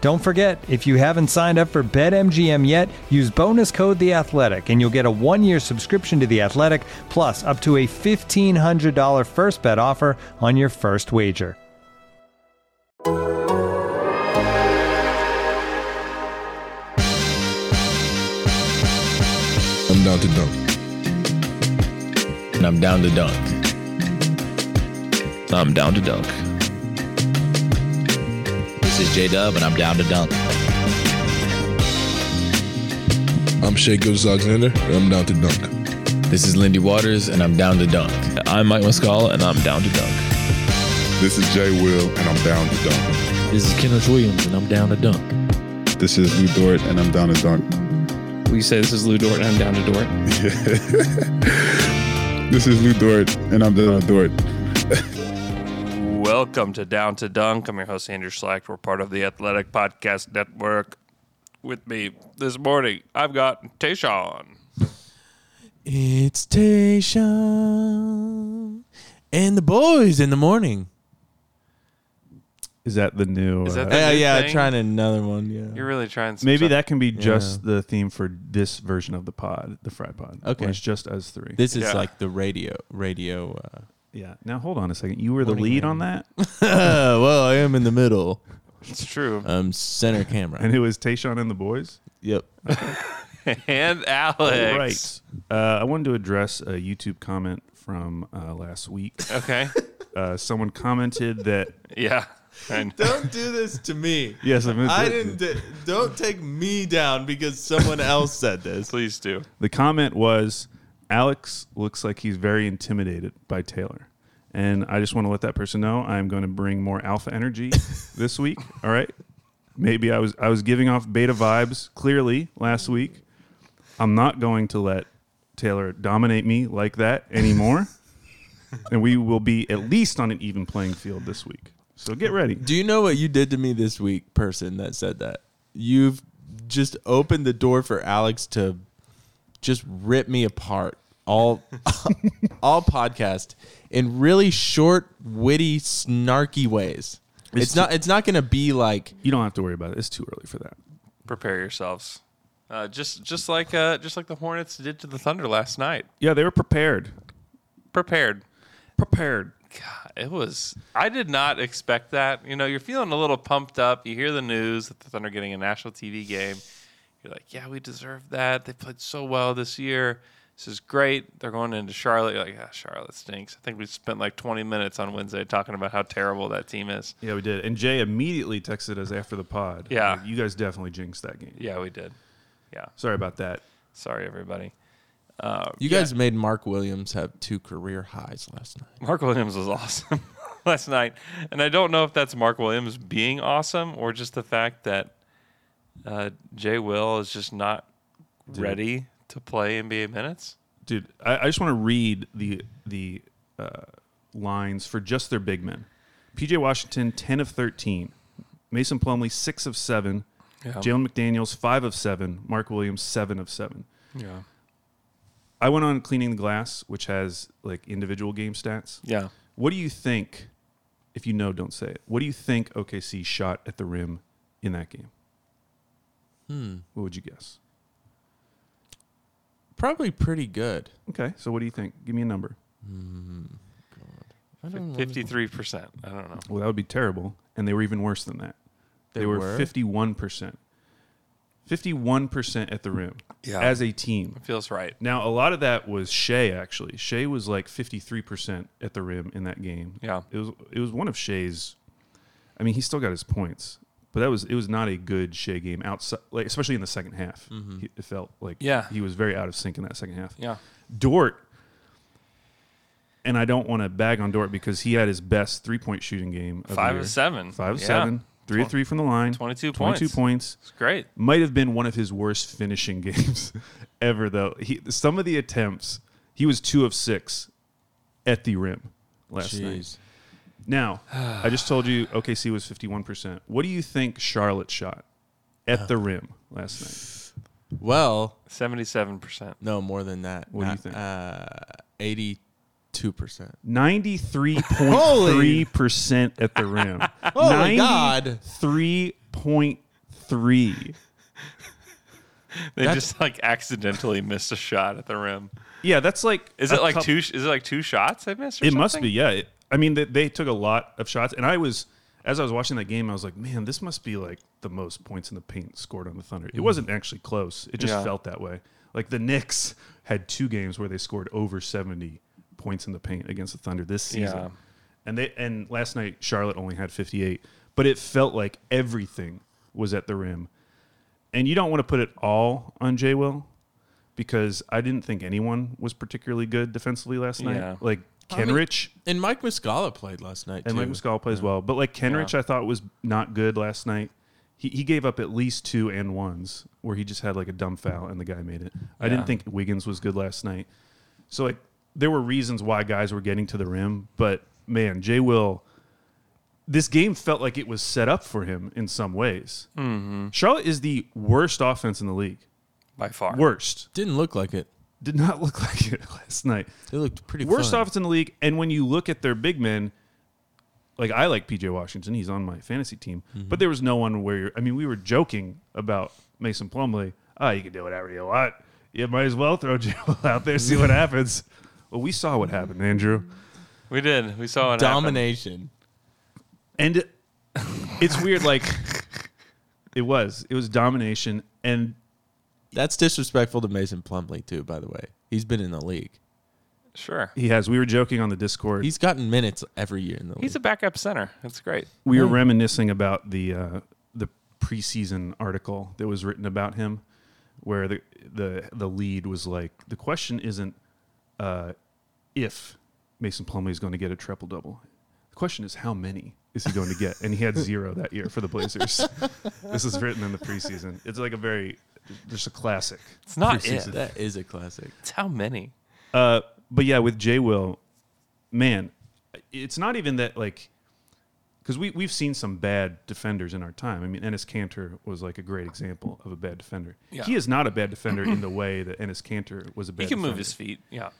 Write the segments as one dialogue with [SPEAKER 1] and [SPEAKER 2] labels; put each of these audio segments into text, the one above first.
[SPEAKER 1] Don't forget, if you haven't signed up for BetMGM yet, use bonus code The Athletic, and you'll get a one-year subscription to The Athletic, plus up to a fifteen hundred dollar first bet offer on your first wager.
[SPEAKER 2] I'm down to dunk.
[SPEAKER 3] And I'm down to dunk. I'm down to dunk. This is J Dub, and I'm down to dunk.
[SPEAKER 2] I'm Shea Gilgis Alexander, and I'm down to dunk.
[SPEAKER 3] This is Lindy Waters, and I'm down to dunk. I'm Mike Muscala, and I'm down to dunk.
[SPEAKER 4] This is Jay Will, and I'm down to dunk.
[SPEAKER 5] This is Kenneth Williams, and I'm down to dunk.
[SPEAKER 4] This is Lou Dort, and I'm down to dunk.
[SPEAKER 6] We say this is Lou Dort and I'm down to Dort.
[SPEAKER 4] This is Lou Dort, and I'm down to Dort.
[SPEAKER 7] Welcome to Down to Dunk. I'm your host, Andrew Slack. We're part of the Athletic Podcast Network. With me this morning, I've got Tayshawn.
[SPEAKER 5] It's Tayshawn and the boys in the morning.
[SPEAKER 8] Is that the new?
[SPEAKER 7] Is
[SPEAKER 8] uh,
[SPEAKER 7] that the-
[SPEAKER 5] Yeah,
[SPEAKER 7] new
[SPEAKER 5] yeah,
[SPEAKER 7] thing?
[SPEAKER 5] trying another one. Yeah.
[SPEAKER 7] You're really trying some
[SPEAKER 8] maybe
[SPEAKER 7] stuff.
[SPEAKER 8] that can be just the theme for this version of the pod, the fry pod. where
[SPEAKER 5] Okay.
[SPEAKER 8] it's just us three.
[SPEAKER 5] This is
[SPEAKER 7] Yeah.
[SPEAKER 5] like the radio, radio. Uh,
[SPEAKER 8] yeah. Now hold on a second. You were the
[SPEAKER 5] Morning,
[SPEAKER 8] lead
[SPEAKER 5] man.
[SPEAKER 8] on that,
[SPEAKER 5] well, I am in the middle.
[SPEAKER 7] It's true.
[SPEAKER 5] Um, center
[SPEAKER 8] and
[SPEAKER 5] camera.
[SPEAKER 8] it was Tayshawn and the boys.
[SPEAKER 5] Yep. Oh,
[SPEAKER 7] and Alex.
[SPEAKER 8] Right. Uh, I wanted to address a YouTube comment from uh, last week.
[SPEAKER 7] Okay.
[SPEAKER 8] Uh, someone commented that
[SPEAKER 7] Yeah. And
[SPEAKER 5] Don't do this to me.
[SPEAKER 8] yes, I'm
[SPEAKER 5] I didn't. d- Don't take me down because someone else said this.
[SPEAKER 7] please do.
[SPEAKER 8] The comment was Alex looks like he's very intimidated by Taylor. And I just want to let that person know I'm going to bring more alpha energy this week. All right. Maybe I was I was giving off beta vibes clearly last week. I'm not going to let Taylor dominate me like that anymore. and we will be at least on an even playing field this week. So get ready.
[SPEAKER 5] Do you know what you did to me this week, person that said that? You've just opened the door for Alex to just rip me apart all all podcast in really short, witty, snarky ways. It's, not it's not gonna be like
[SPEAKER 8] You don't have to worry about it. It's too early for that.
[SPEAKER 7] Prepare yourselves. Uh, just just like uh, just like the Hornets did to the Thunder last night.
[SPEAKER 8] Yeah, they were prepared.
[SPEAKER 7] Prepared.
[SPEAKER 8] Prepared.
[SPEAKER 7] God, it was. I did not expect that. You know, you're feeling a little pumped up. You hear the news that the Thunder are getting a national TV game. You're like, yeah, we deserve that. They played so well this year. This is great. They're going into Charlotte. You're like, ah, Charlotte stinks. I think we spent like 20 minutes on Wednesday talking about how terrible that team is.
[SPEAKER 8] Yeah, we did. And Jay immediately texted us after the pod.
[SPEAKER 7] Yeah.
[SPEAKER 8] Like, you guys definitely jinxed that game.
[SPEAKER 7] Yeah, we did. Yeah.
[SPEAKER 8] Sorry about that.
[SPEAKER 7] Sorry, everybody.
[SPEAKER 5] you guys made Mark Williams have two career highs last night.
[SPEAKER 7] Mark Williams was awesome last night, and I don't know if that's Mark Williams being awesome or just the fact that uh, Jay Will is just not ready to play NBA minutes.
[SPEAKER 8] Dude, I, I just want to read the the uh, lines for just their big men. PJ Washington, 10 of 13. Mason Plumley, 6 of 7. Jalen McDaniels, 5 of 7. Mark Williams, 7 of 7.
[SPEAKER 7] Yeah,
[SPEAKER 8] I went on Cleaning the Glass, which has like individual game stats.
[SPEAKER 7] yeah.
[SPEAKER 8] What do you think, if you know, don't say it. What do you think OKC shot at the rim in that game? Hmm. What would you guess?
[SPEAKER 5] Probably pretty good.
[SPEAKER 8] Okay, so what do you think? Give me a number.
[SPEAKER 7] Fifty-three percent. I don't know.
[SPEAKER 8] Well, that would be terrible, and they were even worse than that. They,
[SPEAKER 5] They
[SPEAKER 8] were
[SPEAKER 5] were?
[SPEAKER 8] fifty-one percent. Fifty-one percent at the rim
[SPEAKER 7] Yeah.
[SPEAKER 8] as a team.
[SPEAKER 7] Feels right.
[SPEAKER 8] Now a lot of that was Shea actually. Shea was like fifty-three percent at the rim in that game.
[SPEAKER 7] Yeah.
[SPEAKER 8] it was it was one of Shea's. I mean, he still got his points, but that was it was not a good Shea game outside, like especially in the second half. He, it felt like
[SPEAKER 7] Mm-hmm. Yeah.
[SPEAKER 8] he was very out of sync in that second half.
[SPEAKER 7] Yeah.
[SPEAKER 8] Dort, and I don't want to bag on Dort because he had his best three point shooting game. Of the
[SPEAKER 7] Five of
[SPEAKER 8] year.
[SPEAKER 7] seven.
[SPEAKER 8] Five of
[SPEAKER 7] Yeah.
[SPEAKER 8] seven. Three of three from the line.
[SPEAKER 7] 22 points.
[SPEAKER 8] Twenty-two points.
[SPEAKER 7] It's great.
[SPEAKER 8] Might have been one of his worst finishing games ever, though. He, some of the attempts, he was two of six at the rim last night.
[SPEAKER 5] Jeez.
[SPEAKER 8] Now, I just told you OKC was 51%. What do you think Charlotte shot at the rim last night?
[SPEAKER 5] Well,
[SPEAKER 7] Seventy-seven percent.
[SPEAKER 5] no, more than that.
[SPEAKER 8] What do you
[SPEAKER 5] Not-
[SPEAKER 8] think?
[SPEAKER 5] Uh, eighty-two percent.
[SPEAKER 8] 93.3% at the rim.
[SPEAKER 5] Oh my God.
[SPEAKER 8] 93.3.
[SPEAKER 7] They just like accidentally missed a shot at the rim.
[SPEAKER 8] Yeah, that's like
[SPEAKER 7] Is
[SPEAKER 8] a
[SPEAKER 7] it like
[SPEAKER 8] coup-
[SPEAKER 7] two? sh- Is it like two shots they missed? Or
[SPEAKER 8] It must be,
[SPEAKER 7] something?
[SPEAKER 8] yeah. It- I mean, they, they took a lot of shots, and I was as I was watching that game, I was like, man, this must be like the most points in the paint scored on the Thunder. It wasn't actually close; it just
[SPEAKER 7] Mm. Yeah.
[SPEAKER 8] felt that way. Like the Knicks had two games where they scored over seventy points in the paint against the Thunder this season,
[SPEAKER 7] Yeah.
[SPEAKER 8] and they and last night Charlotte only had fifty eight, but it felt like everything was at the rim, and you don't want to put it all on Jay Will. Because I didn't think anyone was particularly good defensively last night.
[SPEAKER 7] Yeah.
[SPEAKER 8] Like
[SPEAKER 5] mean-
[SPEAKER 8] Kenrich,
[SPEAKER 5] And Mike Muscala played last night
[SPEAKER 8] and
[SPEAKER 5] too.
[SPEAKER 8] Mike Muscala plays well. But like Kenrich, I thought was not good last night. He, he gave up at least two and ones where he just had like a dumb foul and the guy made it. I didn't think Wiggins was good last night. So like there were reasons why guys were getting to the rim, but man, Jay Will, this game felt like it was set up for him in some ways. Charlotte is the worst offense in the league.
[SPEAKER 7] by far.
[SPEAKER 8] Worst.
[SPEAKER 5] Didn't look like it.
[SPEAKER 8] Did not look like it last night
[SPEAKER 5] It looked pretty.
[SPEAKER 8] worst
[SPEAKER 5] fun.
[SPEAKER 8] offense in the league. And when you look at their big men, like I like PJ Washington, he's on my fantasy team, but there was no one where you're, I mean, we were joking about Mason Plumley. Ah, you can do whatever you want. You might as well throw Joel out there, see what happens. Well, we saw what happened, Andrew,
[SPEAKER 7] We did. We saw it. happen.
[SPEAKER 5] domination.
[SPEAKER 8] and it- it's weird. Like it was, it was domination, and
[SPEAKER 5] That's disrespectful to Mason Plumley too. By the way, he's been in the league.
[SPEAKER 7] Sure.
[SPEAKER 8] he has. We were joking on the Discord.
[SPEAKER 5] He's gotten minutes every year in the
[SPEAKER 7] He's a
[SPEAKER 5] league.
[SPEAKER 7] backup center. That's great.
[SPEAKER 8] we were reminiscing about the uh, the preseason article that was written about him, where the the the lead was like the question isn't uh, if Mason Plumlee is going to get a triple double. The question is how many is he going to get? And he had zero that year for the Blazers. this is written in the preseason. It's like a very just a classic.
[SPEAKER 7] It's not
[SPEAKER 8] preseason.
[SPEAKER 7] it.
[SPEAKER 5] that is a classic.
[SPEAKER 7] It's how many.
[SPEAKER 8] Uh, but yeah, with Jay Will, man, it's not even that like because we we've seen some bad defenders in our time. I mean, Ennis Cantor was like a great example of a bad defender.
[SPEAKER 7] Yeah.
[SPEAKER 8] He is not a bad defender in the way that Ennis Cantor was a bad.
[SPEAKER 7] He can move
[SPEAKER 8] defender.
[SPEAKER 7] his feet. Yeah.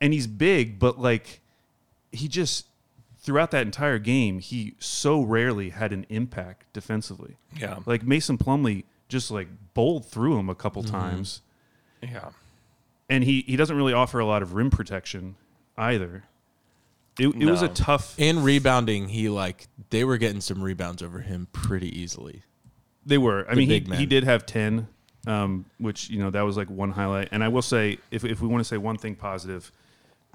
[SPEAKER 8] and he's big, but like he just throughout that entire game, he so rarely had an impact defensively.
[SPEAKER 7] Yeah.
[SPEAKER 8] Like Mason Plumley just like bowled through him a couple
[SPEAKER 7] Mm-hmm.
[SPEAKER 8] times.
[SPEAKER 7] Yeah.
[SPEAKER 8] and he he doesn't really offer a lot of rim protection either. It, it was a
[SPEAKER 7] No.
[SPEAKER 8] tough.
[SPEAKER 5] In rebounding, he like they were getting some rebounds over him pretty easily.
[SPEAKER 8] They were. I mean, he,
[SPEAKER 5] big men.
[SPEAKER 8] he did have ten, um, which you know that was like one highlight. And I will say, if if we want to say one thing positive,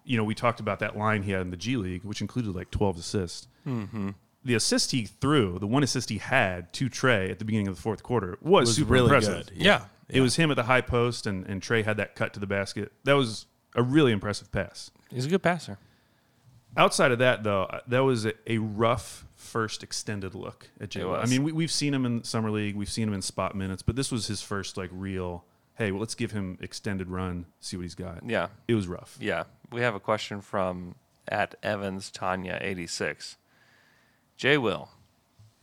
[SPEAKER 8] you know, we talked about that line he had in the G League, which included like twelve assists.
[SPEAKER 5] Mm-hmm.
[SPEAKER 8] The assist he threw, the one assist he had to Trey at the beginning of the fourth quarter, was,
[SPEAKER 5] Was
[SPEAKER 8] super
[SPEAKER 5] really
[SPEAKER 8] impressive.
[SPEAKER 5] good. Yeah.
[SPEAKER 8] It was him at the high post, and, and Trey had that cut to the basket. That was a really impressive pass.
[SPEAKER 7] He's a good passer.
[SPEAKER 8] Outside of that, though, uh, that was a, a rough first extended look at Jay.
[SPEAKER 7] It
[SPEAKER 8] Will. I
[SPEAKER 7] was.
[SPEAKER 8] mean, we, we've seen him in summer league, we've seen him in spot minutes, but this was his first like real. Hey, well, let's give him extended run, see what he's got.
[SPEAKER 7] Yeah.
[SPEAKER 8] it was rough.
[SPEAKER 7] Yeah. We have a question from at Evans Tanya eighty six. Jay Will,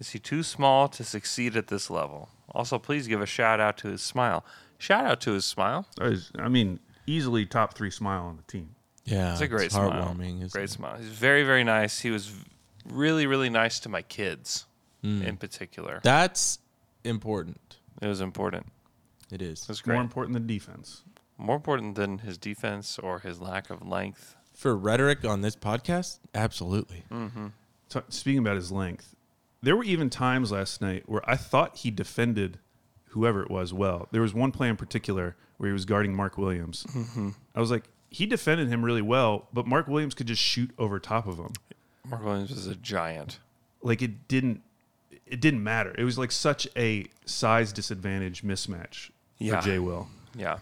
[SPEAKER 7] is he too small to succeed at this level? Also, please give a shout out to his smile. Shout out to his smile.
[SPEAKER 8] I was- I mean, easily top three smile on the team.
[SPEAKER 5] Yeah,
[SPEAKER 7] It's a great smile.
[SPEAKER 5] heartwarming. isn't
[SPEAKER 7] Great
[SPEAKER 5] it?
[SPEAKER 7] smile. He's very very nice. He was v- really really nice to my kids
[SPEAKER 5] Hmm.
[SPEAKER 7] in particular.
[SPEAKER 5] That's important.
[SPEAKER 7] it was important.
[SPEAKER 5] It is
[SPEAKER 7] It was
[SPEAKER 8] More
[SPEAKER 7] great.
[SPEAKER 8] important than defense.
[SPEAKER 7] More important than his defense or his lack of length. Mm.
[SPEAKER 5] for rhetoric on this podcast. Absolutely.
[SPEAKER 8] T- speaking about his length, there were even times last night where I thought he defended whoever it was well. There was one play in particular where he was guarding Mark Williams. I was like, he defended him really well, but Mark Williams could just shoot over top of him.
[SPEAKER 7] Mark Williams is a giant.
[SPEAKER 8] Like it didn't it didn't matter. It was like such a size disadvantage mismatch
[SPEAKER 7] Yeah.
[SPEAKER 8] for Jay Will.
[SPEAKER 7] Yeah.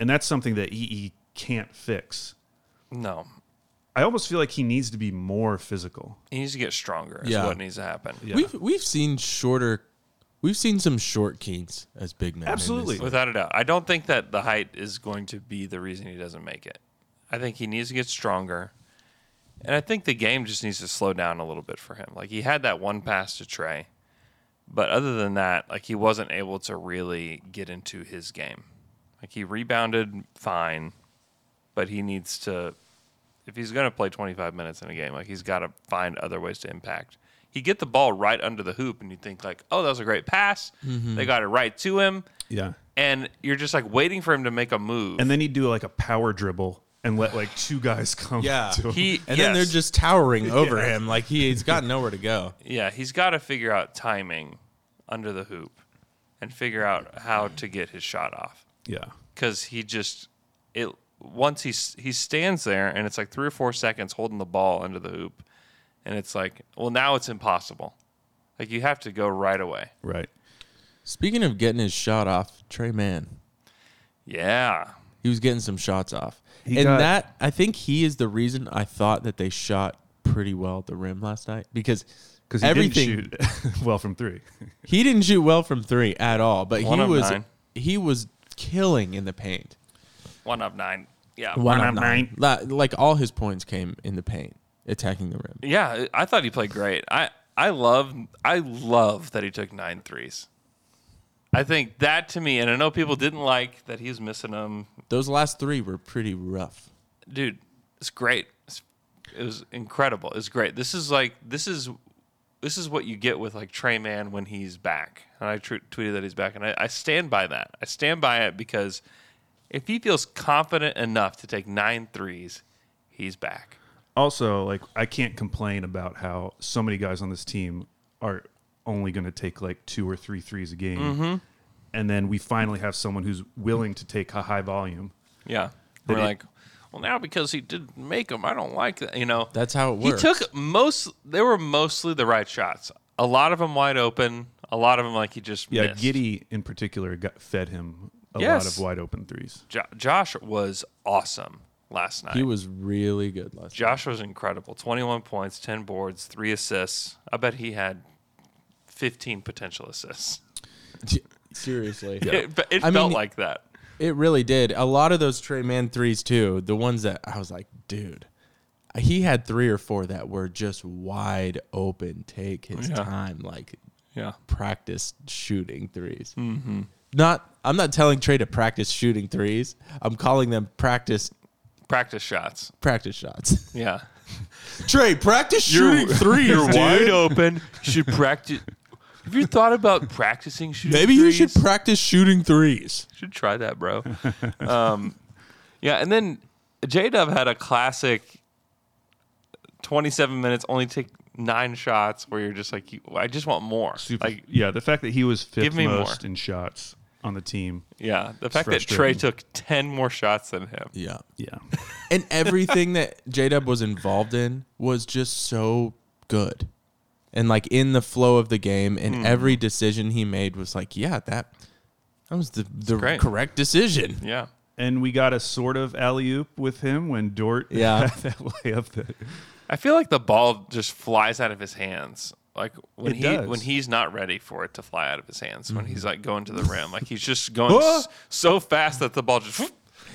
[SPEAKER 8] And that's something that he, he can't fix.
[SPEAKER 7] No.
[SPEAKER 8] I almost feel like he needs to be more physical.
[SPEAKER 7] He needs to get stronger. Is
[SPEAKER 5] Yeah.
[SPEAKER 7] what needs to happen.
[SPEAKER 5] We've we've seen shorter, we've seen some short kings as big men. in this
[SPEAKER 8] Absolutely.
[SPEAKER 7] Without a doubt. I don't think that the height is going to be the reason he doesn't make it. I think he needs to get stronger. And I think the game just needs to slow down a little bit for him. Like he had that one pass to Trey. But other than that, like he wasn't able to really get into his game. Like he rebounded fine, but he needs to if he's going to play 25 minutes in a game, like he's got to find other ways to impact. He get the ball right under the hoop and you think like, "Oh, that was a great pass. They got it right to him."
[SPEAKER 8] Yeah.
[SPEAKER 7] and you're just like waiting for him to make a move.
[SPEAKER 8] And then he'd do like a power dribble and let like two guys come
[SPEAKER 5] Yeah.
[SPEAKER 8] to him.
[SPEAKER 7] he,
[SPEAKER 5] And then they're
[SPEAKER 7] yes.
[SPEAKER 5] just towering over him like he's got nowhere to go.
[SPEAKER 7] yeah, he's got to figure out timing under the hoop and figure out how to get his shot off
[SPEAKER 8] yeah.
[SPEAKER 7] because he just it once he s- he stands there and it's like three or four seconds holding the ball under the hoop, and it's like well now it's impossible. Like you have to go right away.
[SPEAKER 8] Right.
[SPEAKER 5] Speaking of getting his shot off, Trey Mann,
[SPEAKER 7] Yeah,
[SPEAKER 5] he was getting some shots off, and
[SPEAKER 8] got-
[SPEAKER 5] that I think he is the reason I thought that they shot pretty well at the rim last night because
[SPEAKER 8] Because
[SPEAKER 5] everything
[SPEAKER 8] shoot well from three.
[SPEAKER 5] he didn't shoot well from three at all, but
[SPEAKER 7] One
[SPEAKER 5] he
[SPEAKER 7] of
[SPEAKER 5] was
[SPEAKER 7] nine.
[SPEAKER 5] he was killing in the paint.
[SPEAKER 7] one of nine. Yeah,
[SPEAKER 5] One
[SPEAKER 8] of nine.
[SPEAKER 5] La- like all his points came in the paint, attacking the rim.
[SPEAKER 7] Yeah, I thought he played great. I I love I love that he took nine threes. I think that to me, and I know people didn't like that he was missing them.
[SPEAKER 5] Those last three were pretty rough.
[SPEAKER 7] Dude, it's great. It's, it was incredible. It's great. This is like this is this is what you get with like Trey Man when he's back. And I tr- tweeted that he's back, and I, I stand by that. I stand by it because if he feels confident enough to take nine threes, he's back.
[SPEAKER 8] also, like I can't complain about how so many guys on this team are only going to take like two or three threes a game,
[SPEAKER 7] Mm-hmm.
[SPEAKER 8] and then we finally have someone who's willing to take a high volume.
[SPEAKER 7] Yeah. We're like, well, now because he didn't make them, I don't like that. You know,
[SPEAKER 5] That's how it
[SPEAKER 7] He
[SPEAKER 5] works.
[SPEAKER 7] took most. They were mostly the right shots. A lot of them wide open. A lot of them like he just
[SPEAKER 8] Yeah,
[SPEAKER 7] missed.
[SPEAKER 8] Giddy in particular got fed him a lot
[SPEAKER 7] Yes.
[SPEAKER 8] of wide open threes.
[SPEAKER 7] Jo- Josh was awesome last night.
[SPEAKER 5] He was really good last.
[SPEAKER 7] Josh was incredible. Twenty-one points, ten boards, three assists. I bet he had fifteen potential assists.
[SPEAKER 5] night. Seriously,
[SPEAKER 7] It, but it
[SPEAKER 5] I
[SPEAKER 7] felt
[SPEAKER 5] mean-
[SPEAKER 7] like that.
[SPEAKER 5] it really did. A lot of those Trey Man threes too. The ones that I was like, dude, he had three or four that were just wide open. Take his time, like
[SPEAKER 7] Yeah.
[SPEAKER 5] practice shooting 3s Mm-hmm. Not, I'm not telling Trey to practice shooting threes. I'm calling them practice
[SPEAKER 7] Practice shots.
[SPEAKER 5] practice shots.
[SPEAKER 7] Yeah.
[SPEAKER 5] Trey, practice shooting threes.
[SPEAKER 7] You're
[SPEAKER 5] dude.
[SPEAKER 7] wide open. You should practice. Have you thought about practicing shooting?
[SPEAKER 5] Maybe you should
[SPEAKER 7] threes?
[SPEAKER 5] practice shooting threes.
[SPEAKER 7] Should try that, bro. um, yeah, and then J Dub had a classic 27 minutes, only take nine shots, where you're just like, you- I just want more.
[SPEAKER 8] Super,
[SPEAKER 7] Like,
[SPEAKER 8] yeah, the fact that he was fifth
[SPEAKER 7] Give me more.
[SPEAKER 8] most in shots on the team.
[SPEAKER 7] yeah, the fact that Trey
[SPEAKER 8] frustrating.
[SPEAKER 7] took 10 more shots than him.
[SPEAKER 5] Yeah.
[SPEAKER 8] Yeah,
[SPEAKER 5] And everything that J Dub was involved in was just so good. And like in the flow of the game, and
[SPEAKER 7] Hmm.
[SPEAKER 5] every decision he made was like, yeah, that that was the, the
[SPEAKER 7] great.
[SPEAKER 5] correct decision.
[SPEAKER 7] Yeah.
[SPEAKER 8] and we got a sort of alley oop with him when Dort
[SPEAKER 5] Yeah.
[SPEAKER 8] had that layup that
[SPEAKER 7] I feel like the ball just flies out of his hands. Like when
[SPEAKER 8] It
[SPEAKER 7] he
[SPEAKER 8] does.
[SPEAKER 7] when he's not ready for it to fly out of his hands, when
[SPEAKER 5] Mm-hmm.
[SPEAKER 7] he's like going to the rim, like he's just going s- so fast that the ball just. It's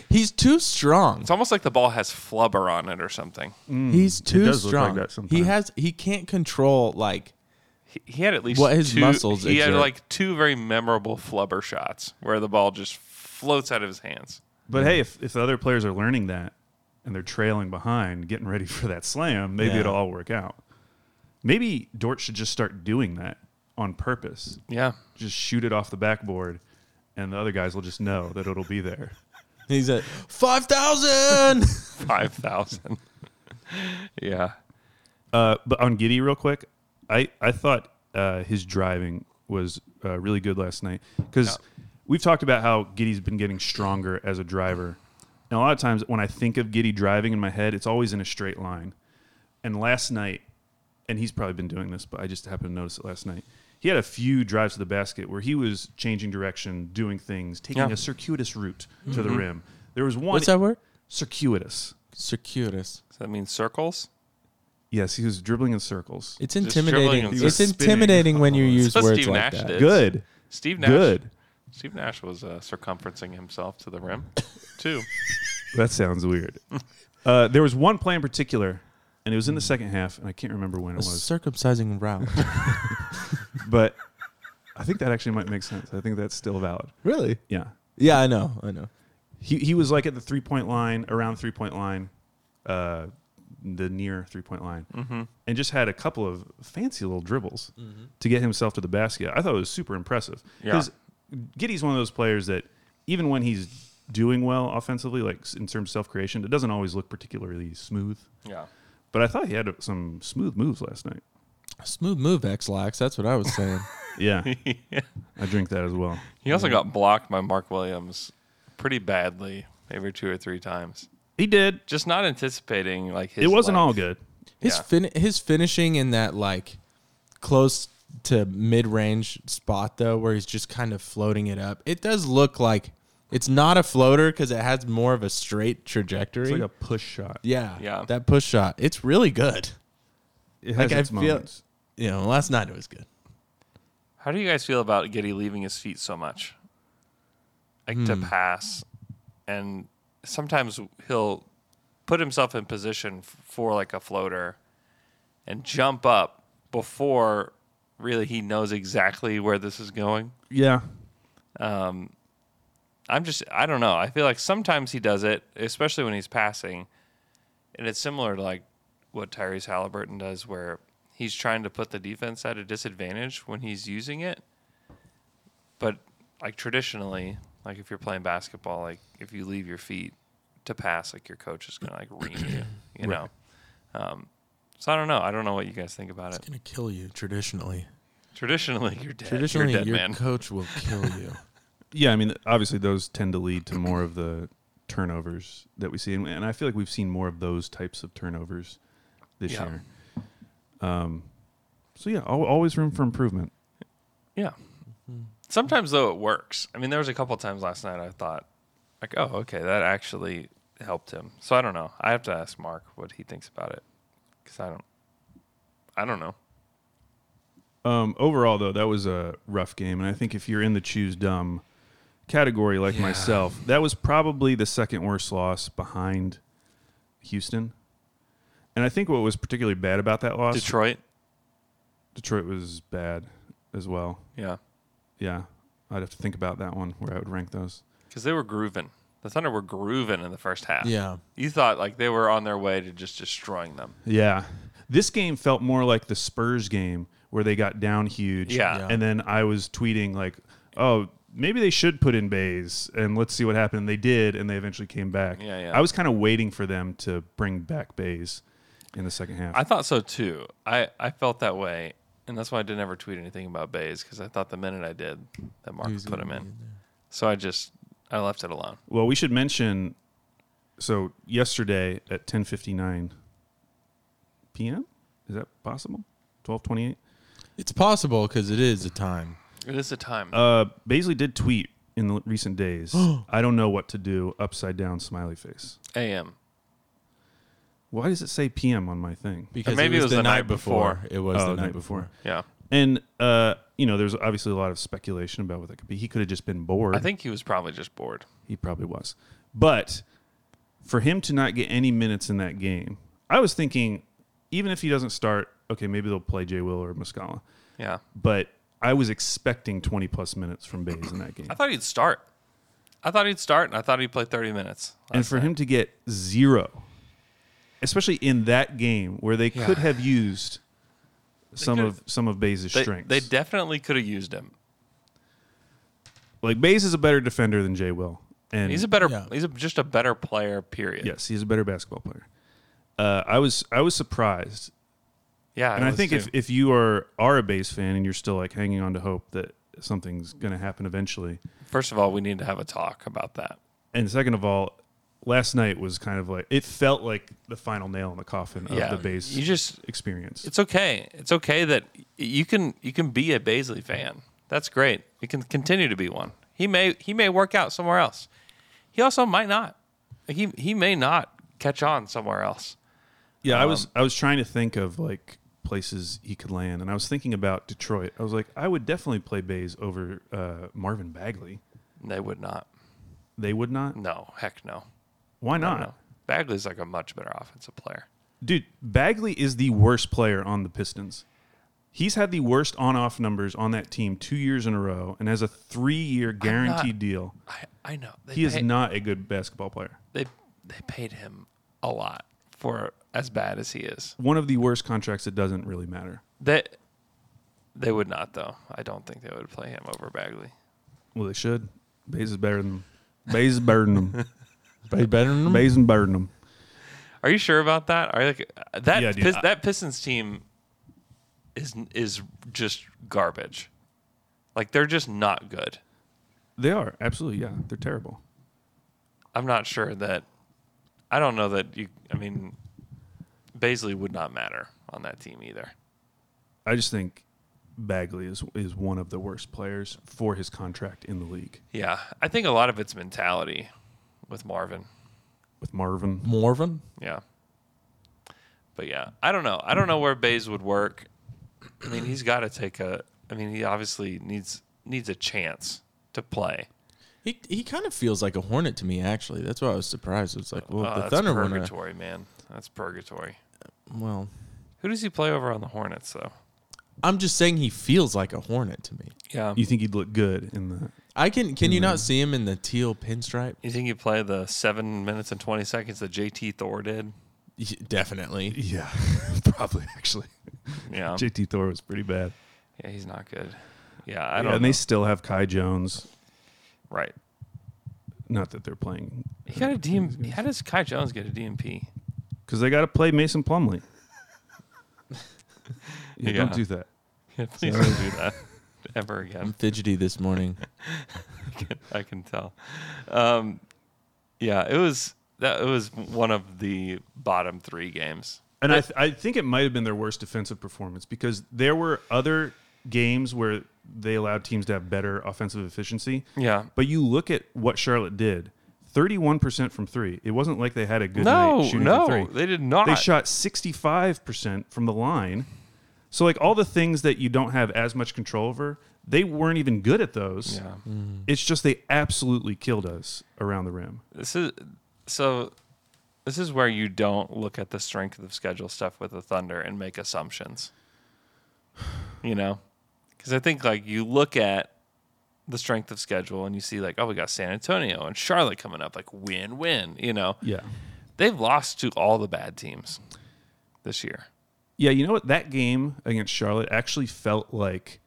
[SPEAKER 5] He's too strong.
[SPEAKER 7] almost like the ball has flubber on it or something.
[SPEAKER 5] He's too
[SPEAKER 8] does look like
[SPEAKER 5] strong.
[SPEAKER 8] that
[SPEAKER 5] he
[SPEAKER 8] sometimes.
[SPEAKER 5] has he can't control like
[SPEAKER 7] he had at least
[SPEAKER 5] What his
[SPEAKER 7] two,
[SPEAKER 5] muscles
[SPEAKER 7] He had
[SPEAKER 5] exert.
[SPEAKER 7] like two very memorable flubber shots where the ball just floats out of his hands.
[SPEAKER 8] But hey, if, if the other players are learning that and they're trailing behind, getting ready for that slam, maybe
[SPEAKER 5] Yeah.
[SPEAKER 8] it'll all work out. Maybe Dort should just start doing that on purpose.
[SPEAKER 7] Yeah,
[SPEAKER 8] Just shoot it off the backboard, and the other guys will just know that it'll be there.
[SPEAKER 5] he's at five thousand.
[SPEAKER 7] five thousand. yeah,
[SPEAKER 8] Uh, but on Giddy, real quick, I, I thought uh, his driving was uh, really good last night because we've talked about how Giddy's been getting stronger as a driver. And a lot of times when I think of Giddy driving in my head, it's always in a straight line. And last night, and he's probably been doing this, but I just happened to notice it last night. He had a few drives to the basket where he was changing direction, doing things, taking
[SPEAKER 7] Yeah.
[SPEAKER 8] a circuitous route to the rim. There was one
[SPEAKER 5] Mm-hmm. What's that word?
[SPEAKER 8] circuitous.
[SPEAKER 5] Circuitous.
[SPEAKER 7] Does that mean circles?
[SPEAKER 8] Yes, he was dribbling in circles.
[SPEAKER 5] It's
[SPEAKER 7] Just dribbling
[SPEAKER 5] intimidating.
[SPEAKER 7] and
[SPEAKER 5] It's
[SPEAKER 7] spinning.
[SPEAKER 5] intimidating when you use
[SPEAKER 7] That's what
[SPEAKER 5] words
[SPEAKER 7] Steve
[SPEAKER 5] like
[SPEAKER 7] Nash
[SPEAKER 5] that.
[SPEAKER 7] did.
[SPEAKER 8] Good.
[SPEAKER 7] Steve Nash.
[SPEAKER 8] Good.
[SPEAKER 7] Steve Nash was uh, circumferencing himself to the rim, too.
[SPEAKER 8] That sounds weird. Uh, there was one play in particular, and it was in the second half, and I can't remember when it
[SPEAKER 5] A
[SPEAKER 8] was,
[SPEAKER 5] circumcising route.
[SPEAKER 8] but I think that actually might make sense. I think that's still valid.
[SPEAKER 5] really?
[SPEAKER 8] Yeah.
[SPEAKER 5] Yeah, I know. I know.
[SPEAKER 8] He, he was like at the three point line, around three point line, uh, the near three point line, and just had a couple of fancy little dribbles to get himself to the basket. I thought it was super impressive.
[SPEAKER 7] Yeah.
[SPEAKER 8] Giddy's one of those players that even when he's doing well offensively, like s- in terms of self creation, it doesn't always look particularly smooth.
[SPEAKER 7] Yeah.
[SPEAKER 8] But I thought he had some smooth moves last night.
[SPEAKER 5] Smooth move, X lax. That's what I was saying.
[SPEAKER 8] Yeah. I drink that as well.
[SPEAKER 7] He also got blocked by Mark Williams pretty badly, maybe two or three times.
[SPEAKER 8] He did.
[SPEAKER 7] Just not anticipating like his.
[SPEAKER 8] it wasn't all
[SPEAKER 7] length.
[SPEAKER 8] good.
[SPEAKER 5] His
[SPEAKER 7] Yeah.
[SPEAKER 5] fin- his finishing in that like close to mid range spot though, where he's just kind of floating it up. It does look like it's not a floater because it has more of a straight trajectory.
[SPEAKER 8] It's like a push shot.
[SPEAKER 5] yeah,
[SPEAKER 7] Yeah.
[SPEAKER 5] That push shot, it's really good.
[SPEAKER 8] It has
[SPEAKER 5] Like, I
[SPEAKER 8] its
[SPEAKER 5] feel-
[SPEAKER 8] moments.
[SPEAKER 5] You know, last night it was good.
[SPEAKER 7] How do you guys feel about Giddy leaving his feet so much? Like to
[SPEAKER 8] Hmm.
[SPEAKER 7] pass, and sometimes he'll put himself in position f- for like a floater, and jump up before really he knows exactly where this is going.
[SPEAKER 8] Yeah.
[SPEAKER 7] I'm just I don't know. I feel like sometimes he does it, especially when he's passing, and it's similar to like what Tyrese Halliburton does, where he's trying to put the defense at a disadvantage when he's using it. But like traditionally, like if you're playing basketball, like if you leave your feet to pass, like your coach is gonna like ream you, you know. Um, so I don't know. I don't know what you guys think about it.
[SPEAKER 5] Gonna kill you traditionally.
[SPEAKER 7] Traditionally, you're dead.
[SPEAKER 5] Traditionally,
[SPEAKER 7] you're dead
[SPEAKER 5] your
[SPEAKER 7] man.
[SPEAKER 5] coach will kill you.
[SPEAKER 8] Yeah. I mean, obviously, those tend to lead to more of the turnovers that we see. And, and I feel like we've seen more of those types of turnovers this
[SPEAKER 7] Yeah.
[SPEAKER 8] year. Um, so, yeah, al- always room for improvement.
[SPEAKER 7] Yeah. Sometimes though it works. I mean, there was a couple times last night I thought, like, oh, okay, that actually helped him. So I don't know. I have to ask Mark what he thinks about it because I don't, I don't know.
[SPEAKER 8] Um, overall, though, that was a rough game, and I think if you're in the choose dumb category like myself, that was probably the second worst loss behind Houston. And I think what was particularly bad about that loss,
[SPEAKER 7] Detroit.
[SPEAKER 8] Detroit was bad as well.
[SPEAKER 7] Yeah,
[SPEAKER 8] Yeah, I'd have to think about that one where I would rank those.
[SPEAKER 7] because they were grooving. The Thunder were grooving in the first half.
[SPEAKER 5] Yeah.
[SPEAKER 7] You thought like they were on their way to just destroying them.
[SPEAKER 8] Yeah, this game felt more like the Spurs game where they got down huge.
[SPEAKER 7] Yeah. Yeah.
[SPEAKER 8] and then I was tweeting like, "Oh, maybe they should put in Bays and let's see what happened." They did, and they eventually came back.
[SPEAKER 7] Yeah, yeah.
[SPEAKER 8] I was kind of waiting for them to bring back Bays in the second half.
[SPEAKER 7] I thought so too. I, I felt that way, and that's why I didn't ever tweet anything about Bays because I thought the minute I did that Mark would put him in. So I just I left it alone.
[SPEAKER 8] well, we should mention. So yesterday at ten fifty nine p.m. Is that possible? Twelve twenty eight.
[SPEAKER 5] It's possible because it is a time.
[SPEAKER 7] It is a time.
[SPEAKER 8] Uh, Baisley did tweet in the recent days. I don't know what to do. Upside down smiley face.
[SPEAKER 7] A.M.
[SPEAKER 8] Why does it say PM on my thing?
[SPEAKER 5] Because
[SPEAKER 7] maybe it was the night before.
[SPEAKER 5] It was
[SPEAKER 8] Oh,
[SPEAKER 5] the night before.
[SPEAKER 7] Yeah.
[SPEAKER 8] And uh, you know, there's obviously a lot of speculation about what that could be. He could have just been bored.
[SPEAKER 7] I think he was probably just bored.
[SPEAKER 8] he probably was. But for him to not get any minutes in that game, I was thinking, even if he doesn't start, okay, maybe they'll play J. Will or Muscala.
[SPEAKER 7] Yeah.
[SPEAKER 8] But I was expecting 20 plus minutes from Bays in that game.
[SPEAKER 7] I thought he'd start. I thought he'd start, and I thought he'd play 30 minutes.
[SPEAKER 8] and for him to get zero, especially in that game where they could have used some
[SPEAKER 7] could-
[SPEAKER 8] of some of Bays'
[SPEAKER 7] They,
[SPEAKER 8] strengths.
[SPEAKER 7] they definitely could have used him.
[SPEAKER 8] like Bays is a better defender than Jay Will, and
[SPEAKER 7] He's a better.
[SPEAKER 5] Yeah.
[SPEAKER 7] He's a, just a better player. Period.
[SPEAKER 8] yes, he's a better basketball player. Uh, I was I was surprised
[SPEAKER 7] Yeah,
[SPEAKER 8] and I
[SPEAKER 7] was
[SPEAKER 8] think
[SPEAKER 7] too.
[SPEAKER 8] if, if you are are a Bays fan and you're still like hanging on to hope that something's going to happen eventually,
[SPEAKER 7] first of all, we need to have a talk about that.
[SPEAKER 8] and second of all, last night was kind of like it felt like the final nail in the coffin of
[SPEAKER 7] Yeah,
[SPEAKER 8] the Bays
[SPEAKER 7] you just-
[SPEAKER 8] experience.
[SPEAKER 7] It's okay. It's okay that y- you can you can be a Baisley fan. That's great. You can continue to be one. He may he may work out somewhere else. He also might not. Like, He he may not catch on somewhere else.
[SPEAKER 8] Yeah, I
[SPEAKER 7] um,
[SPEAKER 8] was I was trying to think of like places he could land, and I was thinking about Detroit. I was like, I would definitely play Bays over uh, Marvin Bagley.
[SPEAKER 7] They would not.
[SPEAKER 8] They would not.
[SPEAKER 7] No, heck no.
[SPEAKER 8] Why not,
[SPEAKER 7] No. Bagley's like a much better offensive player.
[SPEAKER 8] dude? Bagley is the worst player on the Pistons. He's had the worst on-off numbers on that team two years in a row, and has a three-year guaranteed deal.
[SPEAKER 7] I, I know. They
[SPEAKER 8] He is
[SPEAKER 7] pay-
[SPEAKER 8] not a good basketball player.
[SPEAKER 7] they they paid him a lot for as bad as he is.
[SPEAKER 8] One of the worst contracts that doesn't really matter.
[SPEAKER 7] They they would not though. I don't think they would play him over Bagley.
[SPEAKER 8] Well, they should. Bays is better than them. Bays is better than them.
[SPEAKER 5] better than him?
[SPEAKER 8] Bays is better than them.
[SPEAKER 7] Are you sure about that? Are you like that
[SPEAKER 8] Yeah, dude,
[SPEAKER 7] Pis-
[SPEAKER 8] I-
[SPEAKER 7] that Pistons team is is just garbage. Like they're just not good.
[SPEAKER 8] They are absolutely yeah. They're terrible.
[SPEAKER 7] I'm not sure that I don't know that you I mean Baisley would not matter on that team either.
[SPEAKER 8] I just think Bagley is is one of the worst players for his contract in the league
[SPEAKER 7] Yeah. I think a lot of it's mentality with Marvin.
[SPEAKER 8] with Marvin.
[SPEAKER 5] Morvan?
[SPEAKER 7] Yeah. But yeah, I don't know. I don't know where Bays would work. I mean, he's got to take a. I mean, he obviously needs needs a chance to play.
[SPEAKER 5] He, he kind of feels like a hornet to me, actually. That's why I was surprised. It was like, well,
[SPEAKER 7] Oh,
[SPEAKER 5] the
[SPEAKER 7] that's
[SPEAKER 5] Thunder won. a-
[SPEAKER 7] purgatory, man. That's purgatory.
[SPEAKER 5] Well,
[SPEAKER 7] Who does he play over on the Hornets though?
[SPEAKER 5] I'm just saying he feels like a hornet to me.
[SPEAKER 7] Yeah.
[SPEAKER 8] You
[SPEAKER 7] You,
[SPEAKER 8] think he'd look good in the?
[SPEAKER 5] I can. Can you not see him in the teal pinstripe?
[SPEAKER 7] think he play the seven minutes and twenty seconds that JT Thor did?
[SPEAKER 5] Y- Definitely.
[SPEAKER 8] Yeah, probably actually.
[SPEAKER 7] Yeah.
[SPEAKER 8] JT Thor was pretty bad.
[SPEAKER 7] yeah, he's not good. Yeah, I don't.
[SPEAKER 8] and
[SPEAKER 7] know.
[SPEAKER 8] they still have Kai Jones.
[SPEAKER 7] right.
[SPEAKER 8] Not that they're playing
[SPEAKER 7] He got a DM. How does Kai Jones get a DMP?
[SPEAKER 8] because they got to play Mason Plumley. yeah,
[SPEAKER 7] Yeah.
[SPEAKER 8] don't do that.
[SPEAKER 7] Yeah, please don't do that ever again.
[SPEAKER 5] I'm fidgety this morning.
[SPEAKER 7] I can tell. Um, yeah, it was that it was one of the bottom three games.
[SPEAKER 8] And I, th- I think it might have been their worst defensive performance because there were other games where they allowed teams to have better offensive efficiency.
[SPEAKER 7] Yeah.
[SPEAKER 8] But you look at what Charlotte did 31% from three. It wasn't like they had a good
[SPEAKER 7] No,
[SPEAKER 8] night shooting
[SPEAKER 7] no,
[SPEAKER 8] from three.
[SPEAKER 7] they did not.
[SPEAKER 8] They shot 65% from the line. So, like all the things that you don't have as much control over, they weren't even good at those.
[SPEAKER 7] Yeah.
[SPEAKER 8] It's just they absolutely killed us around the rim.
[SPEAKER 7] This is so. This is where you don't look at the strength of schedule stuff with the Thunder and make assumptions. You know, because I think like you look at the strength of schedule and you see like, oh, we got San Antonio and Charlotte coming up, like win win. You know,
[SPEAKER 8] Yeah.
[SPEAKER 7] they've lost to all the bad teams this year.
[SPEAKER 8] Yeah, you know what? That game against Charlotte actually felt like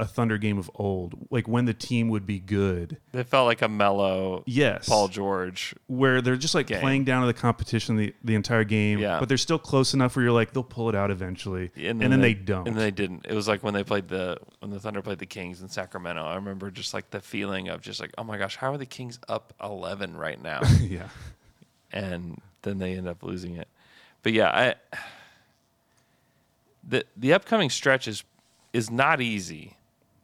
[SPEAKER 8] a Thunder game of old, like when the team would be good.
[SPEAKER 7] They felt like a mellow
[SPEAKER 8] Yes.
[SPEAKER 7] Paul George.
[SPEAKER 8] Where they're just like
[SPEAKER 7] Game.
[SPEAKER 8] playing down to the competition the, the entire game,
[SPEAKER 7] Yeah.
[SPEAKER 8] but they're still close enough where you're like, they'll pull it out eventually. And then, they, don't.
[SPEAKER 7] And they didn't. It was like when they played the when the Thunder played the Kings in Sacramento. I remember just like the feeling of just like, oh my gosh, how are the Kings up eleven right now?
[SPEAKER 8] yeah.
[SPEAKER 7] and then they end up losing it. But yeah, I the the upcoming stretch is is not easy.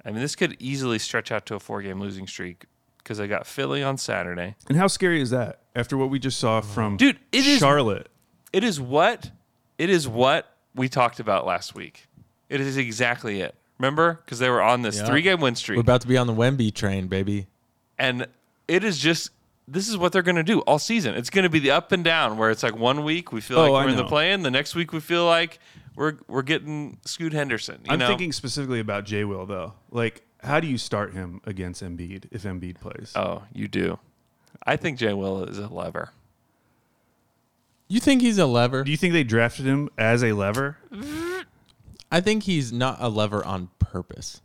[SPEAKER 7] I mean, this could easily stretch out to a four game losing streak because they got Philly on Saturday.
[SPEAKER 8] And how scary is that after what we just saw from
[SPEAKER 7] Dude, it is-
[SPEAKER 8] Charlotte?
[SPEAKER 7] It is what it is what we talked about last week. It is exactly it. Remember, because they were on this
[SPEAKER 5] Yeah.
[SPEAKER 7] three-game win streak,
[SPEAKER 5] We're about to be on the Wemby train, baby.
[SPEAKER 7] and it is just this is what they're going to do all season. It's going to be the up and down where it's like one week we feel like
[SPEAKER 8] Oh, I
[SPEAKER 7] we're in the
[SPEAKER 8] know.
[SPEAKER 7] play-in, the next week we feel like we're we're getting Scoot Henderson. You
[SPEAKER 8] I'm
[SPEAKER 7] know?
[SPEAKER 8] thinking specifically about J Will, though. Like, how do you start him against Embiid if Embiid plays?
[SPEAKER 7] oh, you do. I think Jay Will is a lever.
[SPEAKER 5] You think he's a lever?
[SPEAKER 8] do you think they drafted him as a lever?
[SPEAKER 5] I think he's not a lever on purpose.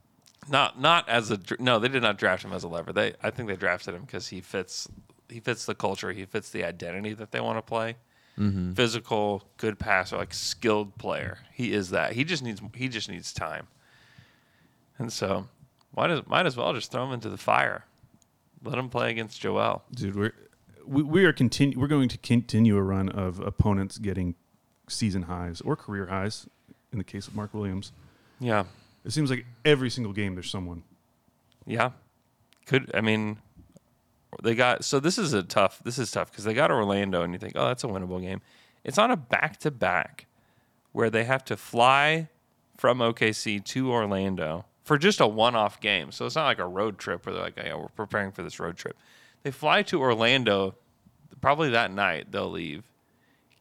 [SPEAKER 7] Not not as a dr- no, they did not draft him as a lever. They I think they drafted him because he fits he fits the culture, he fits the identity that they want to play. physical, good passer, like skilled player. He is that. He just needs he just needs time. And so, might as, might as well just throw him into the fire. Let him play against Joel.
[SPEAKER 8] dude. We're we, we are continue. We're going to continue a run of opponents getting season highs or career highs. In the case of Mark Williams,
[SPEAKER 7] Yeah.
[SPEAKER 8] it seems like every single game there's someone.
[SPEAKER 7] Yeah. Could I mean they got so this is a tough this is tough because they got Orlando and you think, oh, that's a winnable game. It's on a back to back where they have to fly from OKC to Orlando for just a one off game. So it's not like a road trip where they're like, yeah, we're preparing for this road trip. They fly to Orlando probably that night they'll leave.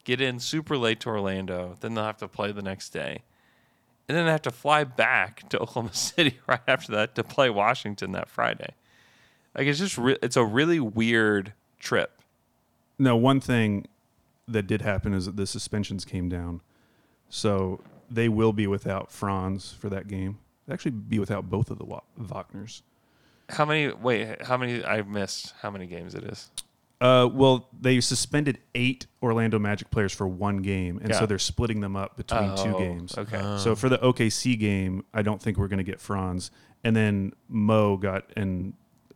[SPEAKER 7] Get in super late to Orlando, then they'll have to play the next day and then they have to fly back to Oklahoma City right after that to play Washington that Friday. Like it's just re- it's a really weird trip.
[SPEAKER 8] Now, one thing that did happen is that the suspensions came down, so they will be without Franz for that game. They actually be without both of the Wa- Wagner's.
[SPEAKER 7] How many? Wait, how many? I missed how many games it is.
[SPEAKER 8] Uh, well, they suspended eight Orlando Magic players for one game, and
[SPEAKER 7] Yeah.
[SPEAKER 8] so they're splitting them up between two
[SPEAKER 7] Oh,
[SPEAKER 8] games.
[SPEAKER 7] okay.
[SPEAKER 8] So for the OKC game, I don't think we're going to get Franz. And then Mo got and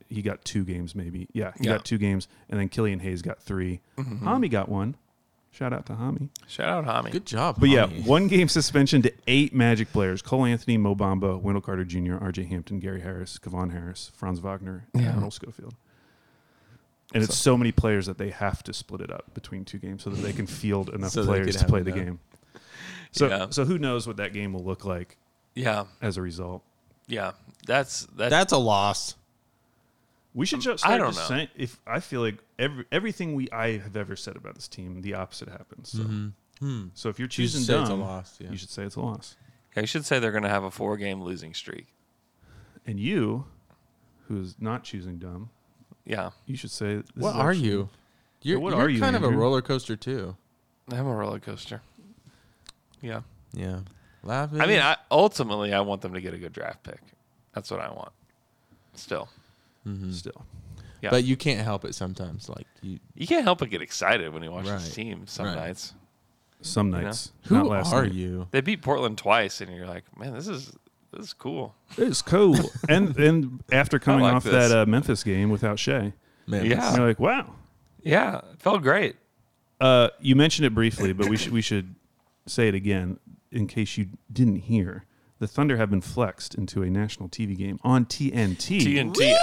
[SPEAKER 8] he got two games, maybe. Yeah, he
[SPEAKER 7] Yeah. Mm-hmm.
[SPEAKER 8] got two games, and then Killian Hayes got 3 Hami got one. Shout out to Hami.
[SPEAKER 7] Shout out, Hami.
[SPEAKER 5] Good job.
[SPEAKER 8] But yeah,
[SPEAKER 5] Hami.
[SPEAKER 8] one game suspension to eight Magic players: Cole Anthony, Mobamba, Wendell Carter Jr., R.J. Hampton, Gary Harris, Kevon Harris, Franz Wagner, and Arnold Schofield. And it's so many players that they have to split it up between two games so that they can field enough
[SPEAKER 5] So they
[SPEAKER 8] players
[SPEAKER 5] could
[SPEAKER 8] to
[SPEAKER 5] have
[SPEAKER 8] play the
[SPEAKER 5] enough.
[SPEAKER 8] game. So,
[SPEAKER 7] Yeah.
[SPEAKER 8] so who knows what that game will look like
[SPEAKER 7] Yeah,
[SPEAKER 8] as a result?
[SPEAKER 7] yeah. That's that's,
[SPEAKER 5] that's a loss.
[SPEAKER 8] We
[SPEAKER 5] Um,
[SPEAKER 8] should just.
[SPEAKER 7] I
[SPEAKER 8] Start
[SPEAKER 7] don't
[SPEAKER 8] just
[SPEAKER 7] know.
[SPEAKER 8] saying- if I feel like every, everything we I have ever said about this team, the opposite happens. So, so if you're
[SPEAKER 5] Mm-hmm. Hmm. should
[SPEAKER 8] choosing
[SPEAKER 5] say
[SPEAKER 8] dumb,
[SPEAKER 5] it's a loss, yeah.
[SPEAKER 8] you should say it's a loss.
[SPEAKER 7] I should say they're going to have a four game losing streak.
[SPEAKER 8] And you, who's not choosing dumb,
[SPEAKER 7] Yeah,
[SPEAKER 8] you should say. This
[SPEAKER 5] What
[SPEAKER 8] is
[SPEAKER 5] are
[SPEAKER 8] actually-
[SPEAKER 5] you? You're,
[SPEAKER 8] what
[SPEAKER 5] you're
[SPEAKER 8] are you,
[SPEAKER 5] kind of a
[SPEAKER 8] Andrew?
[SPEAKER 5] roller coaster too.
[SPEAKER 7] I'm a roller coaster. Yeah,
[SPEAKER 5] Yeah. Laugh
[SPEAKER 7] I mean, I, ultimately, I want them to get a good draft pick. That's what I want. Still,
[SPEAKER 8] Still,
[SPEAKER 7] yeah.
[SPEAKER 5] but you can't help it sometimes. Like you,
[SPEAKER 7] you can't help but get excited when you watch this
[SPEAKER 5] Right.
[SPEAKER 7] team some
[SPEAKER 5] Right.
[SPEAKER 7] nights.
[SPEAKER 8] some nights.
[SPEAKER 5] who
[SPEAKER 8] not last
[SPEAKER 5] are
[SPEAKER 8] night.
[SPEAKER 5] you?
[SPEAKER 7] They beat Portland twice, and you're like, man, this is this is cool.
[SPEAKER 8] It's cool. and and after coming
[SPEAKER 7] like
[SPEAKER 8] off
[SPEAKER 7] this.
[SPEAKER 8] that uh, Memphis game without Shea,
[SPEAKER 5] Man,
[SPEAKER 7] Yeah.
[SPEAKER 8] you're like, wow.
[SPEAKER 7] Yeah, it felt great.
[SPEAKER 8] Uh, you mentioned it briefly, but we should we should say it again in case you didn't hear. The Thunder have been flexed into a national TV game on TNT,
[SPEAKER 7] TNT.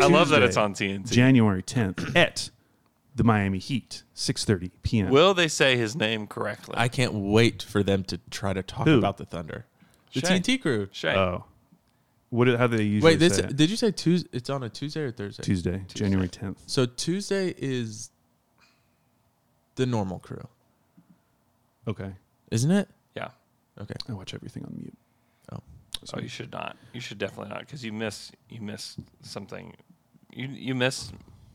[SPEAKER 7] I love that it's on TNT.
[SPEAKER 8] January 10th at the Miami Heat, 6:30 p.m.
[SPEAKER 7] Will they say his name correctly?
[SPEAKER 5] I can't wait for them to try to talk
[SPEAKER 8] Who?
[SPEAKER 5] about the Thunder. The
[SPEAKER 7] Shay.
[SPEAKER 5] TNT crew.
[SPEAKER 7] Shay.
[SPEAKER 8] oh, what? do- How do they usually
[SPEAKER 5] Wait, this
[SPEAKER 8] say it?
[SPEAKER 5] did you say Tuesday? It's on a Tuesday or Thursday?
[SPEAKER 8] Tuesday, January 10th.
[SPEAKER 5] So Tuesday is the normal crew,
[SPEAKER 8] Okay,
[SPEAKER 5] isn't it?
[SPEAKER 7] yeah.
[SPEAKER 5] Okay.
[SPEAKER 8] I watch everything on mute.
[SPEAKER 7] So you should not. You should definitely not because you miss you miss something. You you miss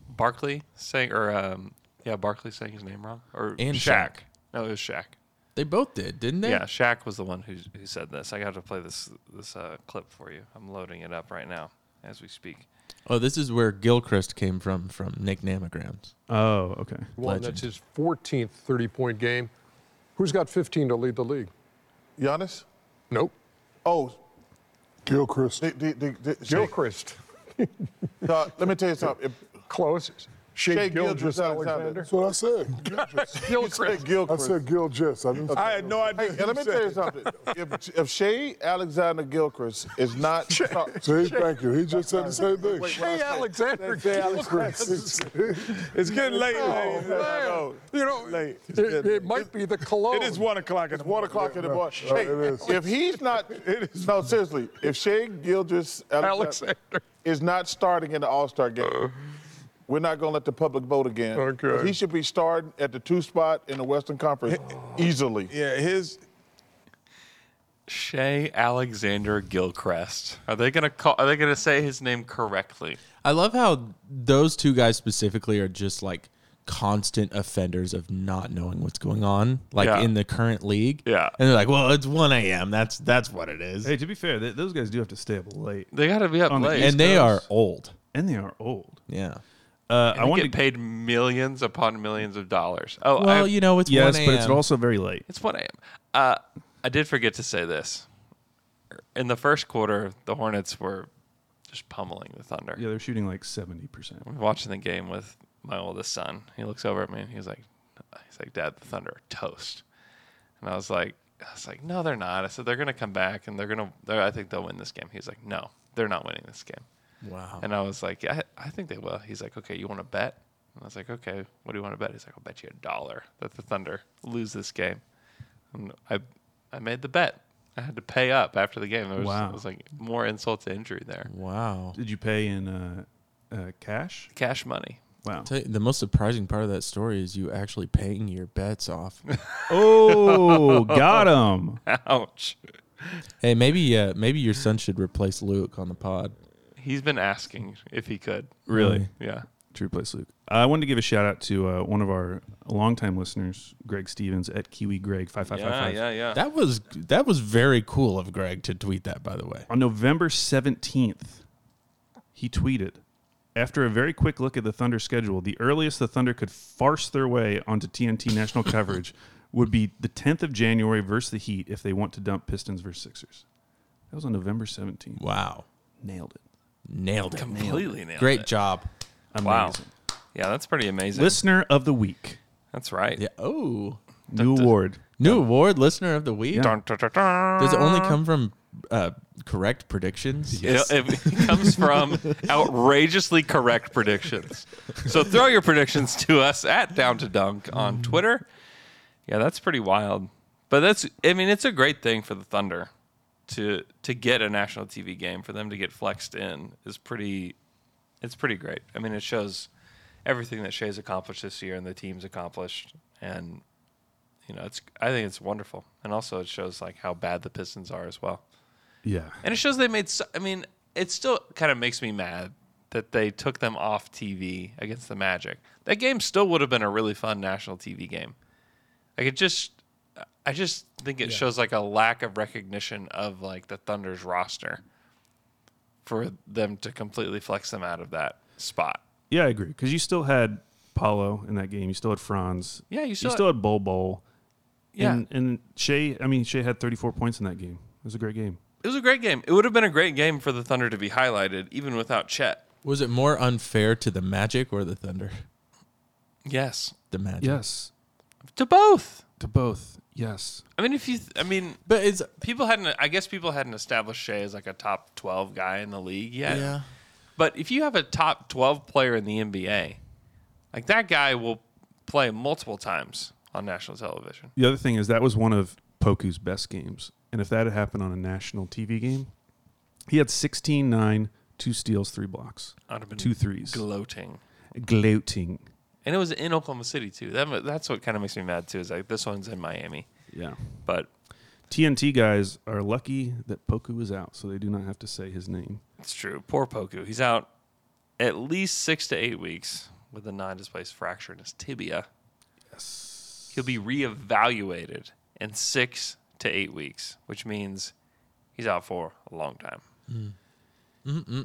[SPEAKER 7] Barkley saying or um yeah Barkley saying his name wrong or
[SPEAKER 5] And
[SPEAKER 7] Shaq.
[SPEAKER 5] Shaq.
[SPEAKER 7] No, it was Shaq.
[SPEAKER 5] They both did, didn't they?
[SPEAKER 7] Yeah, Shaq was the one who who said this. I got to play this this uh, clip for you. I'm loading it up right now as we speak.
[SPEAKER 5] Oh, this is where Gilchrist came from from Nick Namograms.
[SPEAKER 8] Oh, okay.
[SPEAKER 9] One,
[SPEAKER 5] Legend.
[SPEAKER 9] that's his 14th 30 point game. Who's got 15 to lead the league?
[SPEAKER 10] Giannis?
[SPEAKER 9] Nope.
[SPEAKER 10] Oh,
[SPEAKER 4] Gilchrist.
[SPEAKER 10] the, the, the, the,
[SPEAKER 9] Gilchrist.
[SPEAKER 10] Uh, let me tell you something. If
[SPEAKER 9] Close. Shea,
[SPEAKER 10] Shea
[SPEAKER 9] Gilchrist,
[SPEAKER 10] Gilgeous Alexander.
[SPEAKER 9] Alexander.
[SPEAKER 4] That's what I said.
[SPEAKER 10] you said
[SPEAKER 4] I
[SPEAKER 10] Gilchrist.
[SPEAKER 4] said Gilchrist. I, didn't
[SPEAKER 10] I had no idea. let me tell you something. if, if Shea Alexander Gilchrist is not. ta-
[SPEAKER 4] See, thank you. He just said the same thing.
[SPEAKER 9] Shea Alexander
[SPEAKER 10] Shea Alexander.
[SPEAKER 9] Gilchrist.
[SPEAKER 10] It's getting late.
[SPEAKER 9] Oh, man. You know,
[SPEAKER 10] Late.
[SPEAKER 9] it, it might be the cologne.
[SPEAKER 10] It is one o'clock. It's one o'clock in the morning.
[SPEAKER 4] no,
[SPEAKER 10] Shea,
[SPEAKER 4] it is.
[SPEAKER 10] If he's not, no, seriously, if Shea Gilgis Alexander Uh.
[SPEAKER 9] Alexander.
[SPEAKER 10] is not starting in the All Star game, we're not going to let the public vote again.
[SPEAKER 9] Okay.
[SPEAKER 10] But He should be starting at the two spot in the Western Conference easily.
[SPEAKER 4] Yeah, his.
[SPEAKER 7] Shay Alexander Gilchrist. Are they gonna call? Are they gonna say his name correctly?
[SPEAKER 5] I love how those two guys specifically are just like constant offenders of not knowing what's going on, like
[SPEAKER 7] Yeah.
[SPEAKER 5] in the current league.
[SPEAKER 7] Yeah.
[SPEAKER 5] and they're like, "Well, it's one a.m. That's that's what it is."
[SPEAKER 8] Hey, to be fair, th- those guys do have to stay up late,
[SPEAKER 7] They got to be up
[SPEAKER 8] On the
[SPEAKER 7] late.
[SPEAKER 8] East
[SPEAKER 5] and they
[SPEAKER 8] Coast.
[SPEAKER 5] are old.
[SPEAKER 8] and they are old.
[SPEAKER 5] Yeah,
[SPEAKER 8] Uh,
[SPEAKER 7] And
[SPEAKER 8] I
[SPEAKER 7] you
[SPEAKER 8] wanted
[SPEAKER 7] get paid millions upon millions of dollars. Oh,
[SPEAKER 8] Well,
[SPEAKER 7] I-
[SPEAKER 8] you know, it's Yes, 1 but it's a.m.. also very late.
[SPEAKER 7] It's one a.m. Uh, I did forget to say this. In the first quarter, the Hornets were just pummeling the Thunder.
[SPEAKER 8] Yeah, they're shooting like seventy percent.
[SPEAKER 7] I'm watching the game with my oldest son. He looks over at me and he's like, he's like, Dad, the Thunder are toast. And I was like, I was like, no, they're not. I said they're gonna come back and they're gonna. They're, I think they'll win this game. He's like, no, they're not winning this game.
[SPEAKER 5] Wow.
[SPEAKER 7] And I was like, yeah, I, I think they will. He's like, okay, you want to bet? And I was like, okay, what do you want to bet? He's like, I'll bet you a dollar that the Thunder lose this game. And I, I made the bet. I had to pay up after the game. It was,
[SPEAKER 8] Wow.
[SPEAKER 7] it was like more insult to injury there.
[SPEAKER 5] Wow.
[SPEAKER 8] Did you pay in uh, uh, cash?
[SPEAKER 7] Cash money.
[SPEAKER 8] Wow.
[SPEAKER 5] Tell you, the most surprising part of that story is you actually paying your bets off.
[SPEAKER 8] Oh, got 'em.
[SPEAKER 7] Ouch.
[SPEAKER 5] Hey, maybe uh, maybe your son should replace Luke on the pod.
[SPEAKER 7] He's been asking if he could.
[SPEAKER 8] Really?
[SPEAKER 7] Yeah.
[SPEAKER 8] True place, Luke. I wanted to give a shout out to uh, one of our longtime listeners, Greg Stevens at Kiwi Greg five five five five.
[SPEAKER 5] That was that was very cool of Greg to tweet that. By the way,
[SPEAKER 8] On November 17th, he tweeted After a very quick look at the Thunder schedule, the earliest the Thunder could farce their way onto TNT national coverage would be the 10th of January versus the Heat if they want to dump Pistons versus Sixers. That was on November 17th.
[SPEAKER 5] Wow.
[SPEAKER 8] Nailed it.
[SPEAKER 5] Nailed it.
[SPEAKER 7] Completely nailed
[SPEAKER 5] Great
[SPEAKER 7] it.
[SPEAKER 5] job.
[SPEAKER 7] Wow. Yeah, that's pretty amazing.
[SPEAKER 8] Listener of the week.
[SPEAKER 7] That's right.
[SPEAKER 5] Yeah. Oh.
[SPEAKER 8] New award.
[SPEAKER 5] New award, listener of the week.
[SPEAKER 8] Yeah. Dun,
[SPEAKER 5] Does it only come from uh, correct predictions?
[SPEAKER 7] It- It, comes from outrageously correct predictions. So throw your predictions to us at Down to Dunk on Twitter. Yeah, that's pretty wild. But that's I mean, it's a great thing for the Thunder to to get a national TV game for them to get flexed in is pretty it's pretty great. I mean, it shows everything that Shea's accomplished this year and the team's accomplished and you know, it's I think it's wonderful. And also it shows like how bad the Pistons are as well.
[SPEAKER 8] Yeah.
[SPEAKER 7] And it shows they made. So, I mean, it still kind of makes me mad that they took them off TV against the Magic. That game still would have been a really fun national TV game. Like it just, I just think it shows like a lack of recognition of like the Thunder's roster for them to completely flex them out of that spot.
[SPEAKER 8] Yeah, I agree. Because you still had Paulo in that game. You still had Franz.
[SPEAKER 7] Yeah, you still-
[SPEAKER 8] still had Bol Bol.
[SPEAKER 7] Yeah.
[SPEAKER 8] And, and Shea, I mean, Shea had 34 points in that game. It was a great game.
[SPEAKER 7] It was a great game. It would have been a great game for the Thunder to be highlighted, even without Chet.
[SPEAKER 5] Was it more unfair to the Magic or the Thunder?
[SPEAKER 7] Yes,
[SPEAKER 5] The Magic.
[SPEAKER 8] Yes.
[SPEAKER 7] to both.
[SPEAKER 8] To both. Yes.
[SPEAKER 7] I mean, if you, th- I mean,
[SPEAKER 5] but it's
[SPEAKER 7] people hadn't. I guess people hadn't established Shea as like a top twelve guy in the league yet.
[SPEAKER 5] Yeah.
[SPEAKER 7] But if you have a top twelve player in the NBA, like that guy will play multiple times on national television.
[SPEAKER 8] The other thing is that was one of Poku's best games. And if that had happened on a national TV game, he had 16, 9, two steals, three blocks,
[SPEAKER 7] I'd have been
[SPEAKER 8] two threes.
[SPEAKER 7] gloating,
[SPEAKER 8] gloating.
[SPEAKER 7] and it was in Oklahoma City too. That that's what kind of makes me mad too. Is like this one's in Miami.
[SPEAKER 8] Yeah.
[SPEAKER 7] But
[SPEAKER 8] TNT guys are lucky that Poku is out, so they do not have to say his name.
[SPEAKER 7] It's true. Poor Poku. He's out at least six to eight weeks with a non-displaced fracture in his tibia. Yes. He'll be reevaluated in six to eight weeks, which means he's out for a long time.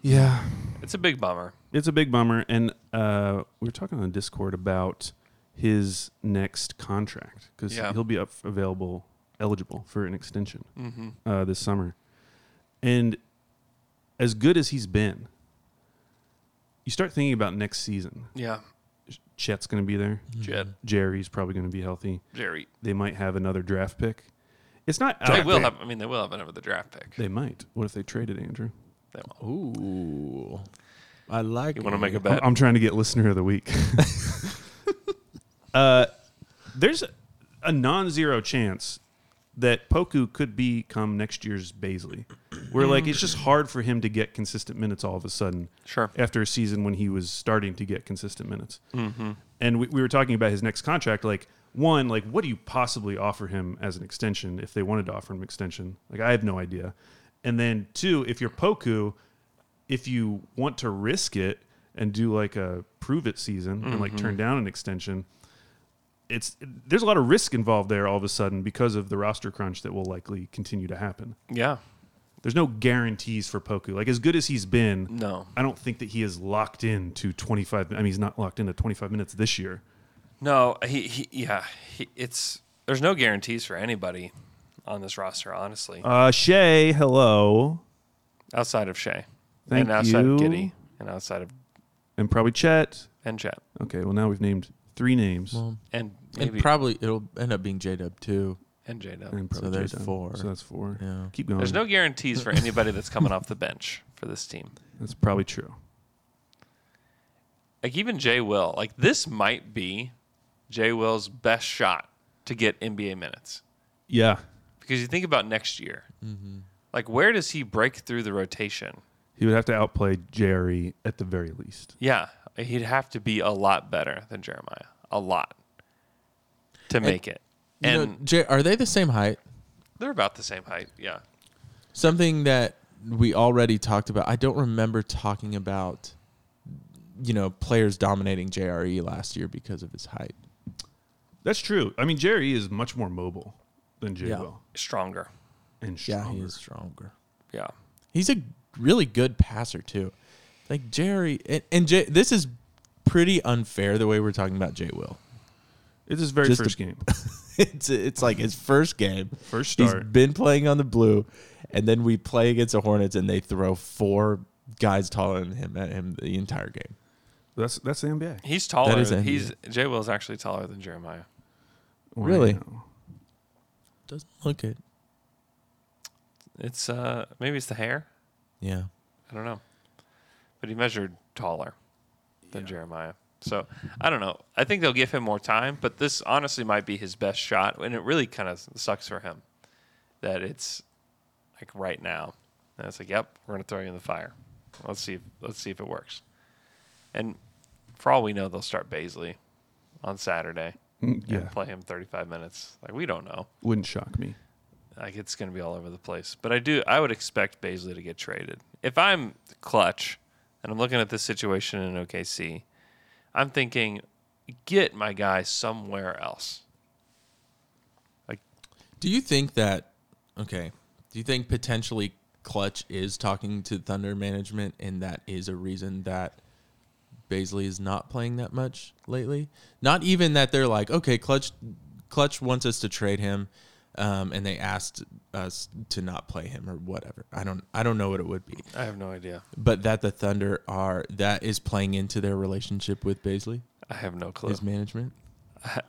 [SPEAKER 8] Yeah.
[SPEAKER 7] It's a big bummer.
[SPEAKER 8] It's a big bummer. And uh, we were talking on Discord about his next contract because
[SPEAKER 7] Yeah.
[SPEAKER 8] he'll be up available, eligible for an extension
[SPEAKER 7] Mhm.
[SPEAKER 8] uh, this summer. And as good as he's been, you start thinking about next season.
[SPEAKER 7] Yeah.
[SPEAKER 8] Chet's going to be there.
[SPEAKER 7] Jet.
[SPEAKER 8] Jerry's probably going to be healthy.
[SPEAKER 7] Jerry.
[SPEAKER 8] They might have another draft pick. It's not.
[SPEAKER 7] They
[SPEAKER 8] out
[SPEAKER 7] will
[SPEAKER 8] there.
[SPEAKER 7] have. I mean, they will have another draft pick.
[SPEAKER 8] They might. What if they traded Andrew?
[SPEAKER 7] They won't.
[SPEAKER 5] Ooh. I like
[SPEAKER 7] You
[SPEAKER 5] it.
[SPEAKER 7] want to make a
[SPEAKER 8] I'm-
[SPEAKER 7] bet?
[SPEAKER 8] I'm trying to get listener of the week. uh, there's a, a non-zero chance that Poku could become next year's Baisley, where like it's just hard for him to get consistent minutes all of a sudden.
[SPEAKER 7] Sure.
[SPEAKER 8] After a season when he was starting to get consistent minutes,
[SPEAKER 7] Mhm.
[SPEAKER 8] and we, we were talking about his next contract. Like one, like what do you possibly offer him as an extension if they wanted to offer him an extension? Like I have no idea. And then two, if you're Poku, if you want to risk it and do like a prove it season and like
[SPEAKER 7] Mhm.
[SPEAKER 8] turn down an extension, it's there's a lot of risk involved there all of a sudden because of the roster crunch that will likely continue to happen.
[SPEAKER 7] yeah.
[SPEAKER 8] there's no guarantees for Poku. Like as good as he's been,
[SPEAKER 7] No.
[SPEAKER 8] I don't think that he is locked in to 25. I mean, he's not locked into 25 minutes this year.
[SPEAKER 7] No, he, he yeah, he, it's there's no guarantees for anybody on this roster, honestly.
[SPEAKER 8] Uh, Shea, hello,
[SPEAKER 7] outside of Shea,
[SPEAKER 8] Thank
[SPEAKER 7] and outside
[SPEAKER 8] you.
[SPEAKER 7] of Giddy, and outside of
[SPEAKER 8] and probably Chet.
[SPEAKER 7] and Chet.
[SPEAKER 8] Okay, well now we've named three names.
[SPEAKER 7] And
[SPEAKER 5] and
[SPEAKER 7] maybe-
[SPEAKER 5] probably it'll end up being J Dub too.
[SPEAKER 7] and J Dub.
[SPEAKER 8] and
[SPEAKER 5] So
[SPEAKER 8] probably
[SPEAKER 5] there's
[SPEAKER 8] Jay Dunn.
[SPEAKER 5] four.
[SPEAKER 8] So that's four.
[SPEAKER 5] Yeah.
[SPEAKER 8] Keep going.
[SPEAKER 7] There's no guarantees for anybody that's coming off the bench for this team.
[SPEAKER 8] that's probably true.
[SPEAKER 7] Like even Jay Will, like this might be Jay Will's best shot to get NBA minutes
[SPEAKER 8] Yeah,
[SPEAKER 7] because you think about next year.
[SPEAKER 5] Mm-hmm.
[SPEAKER 7] Like where does he break through the rotation?
[SPEAKER 8] he would have to outplay Jerry at the very least.
[SPEAKER 7] Yeah, he'd have to be a lot better than Jeremiah, a lot to make it.
[SPEAKER 5] You know,
[SPEAKER 7] And
[SPEAKER 5] J- are they the same height?
[SPEAKER 7] they're about the same height. Yeah.
[SPEAKER 5] Something that we already talked about. I don't remember talking about, you know, players dominating JRE last year because of his height.
[SPEAKER 8] That's true. I mean, Jerry is much more mobile than Jay
[SPEAKER 5] Yeah.
[SPEAKER 8] Will
[SPEAKER 7] Stronger.
[SPEAKER 8] and
[SPEAKER 5] Yeah,
[SPEAKER 8] stronger.
[SPEAKER 5] he is stronger.
[SPEAKER 7] Yeah.
[SPEAKER 5] He's a really good passer too. Like Jerry and, and Jay, this is pretty unfair the way we're talking about Jay Will.
[SPEAKER 8] It's his very
[SPEAKER 5] Just a-
[SPEAKER 8] first game.
[SPEAKER 5] it's it's like his first game.
[SPEAKER 8] First
[SPEAKER 5] He's
[SPEAKER 8] start.
[SPEAKER 5] been playing on the blue, and then we play against the Hornets, and they throw four guys taller than him at him the entire game.
[SPEAKER 8] That's that's the NBA.
[SPEAKER 7] He's taller.
[SPEAKER 5] is NBA.
[SPEAKER 7] He's Jay Will's actually taller than Jeremiah.
[SPEAKER 8] Wow.
[SPEAKER 5] Really? Doesn't look it.
[SPEAKER 7] It's uh maybe it's the hair.
[SPEAKER 5] Yeah.
[SPEAKER 7] I don't know. But he measured taller than Jeremiah. So I don't know. I think they'll give him more time, but this honestly might be his best shot. And it really kind of sucks for him that it's like right now. And it's like, yep, we're gonna throw you in the fire. Let's see if let's see if it works. And for all we know, they'll start Baisley on Saturday
[SPEAKER 8] Yeah,
[SPEAKER 7] and play him thirty five minutes. Like we don't know.
[SPEAKER 8] wouldn't shock me.
[SPEAKER 7] Like it's going to be all over the place. But I do, I would expect Baisley to get traded. If I'm clutch and I'm looking at this situation in OKC, I'm thinking, get my guy somewhere else.
[SPEAKER 5] Do you think that? Okay. Do you think potentially Clutch is talking to Thunder management, and that is a reason that Baisley is not playing that much lately? Not even that they're like, okay, Clutch, Clutch wants us to trade him, um, and they asked us to not play him or whatever. I don't, I don't know what it would be,
[SPEAKER 7] I have no idea.
[SPEAKER 5] but that the Thunder are that is playing into their relationship with Baisley,
[SPEAKER 7] I have no clue.
[SPEAKER 5] his management.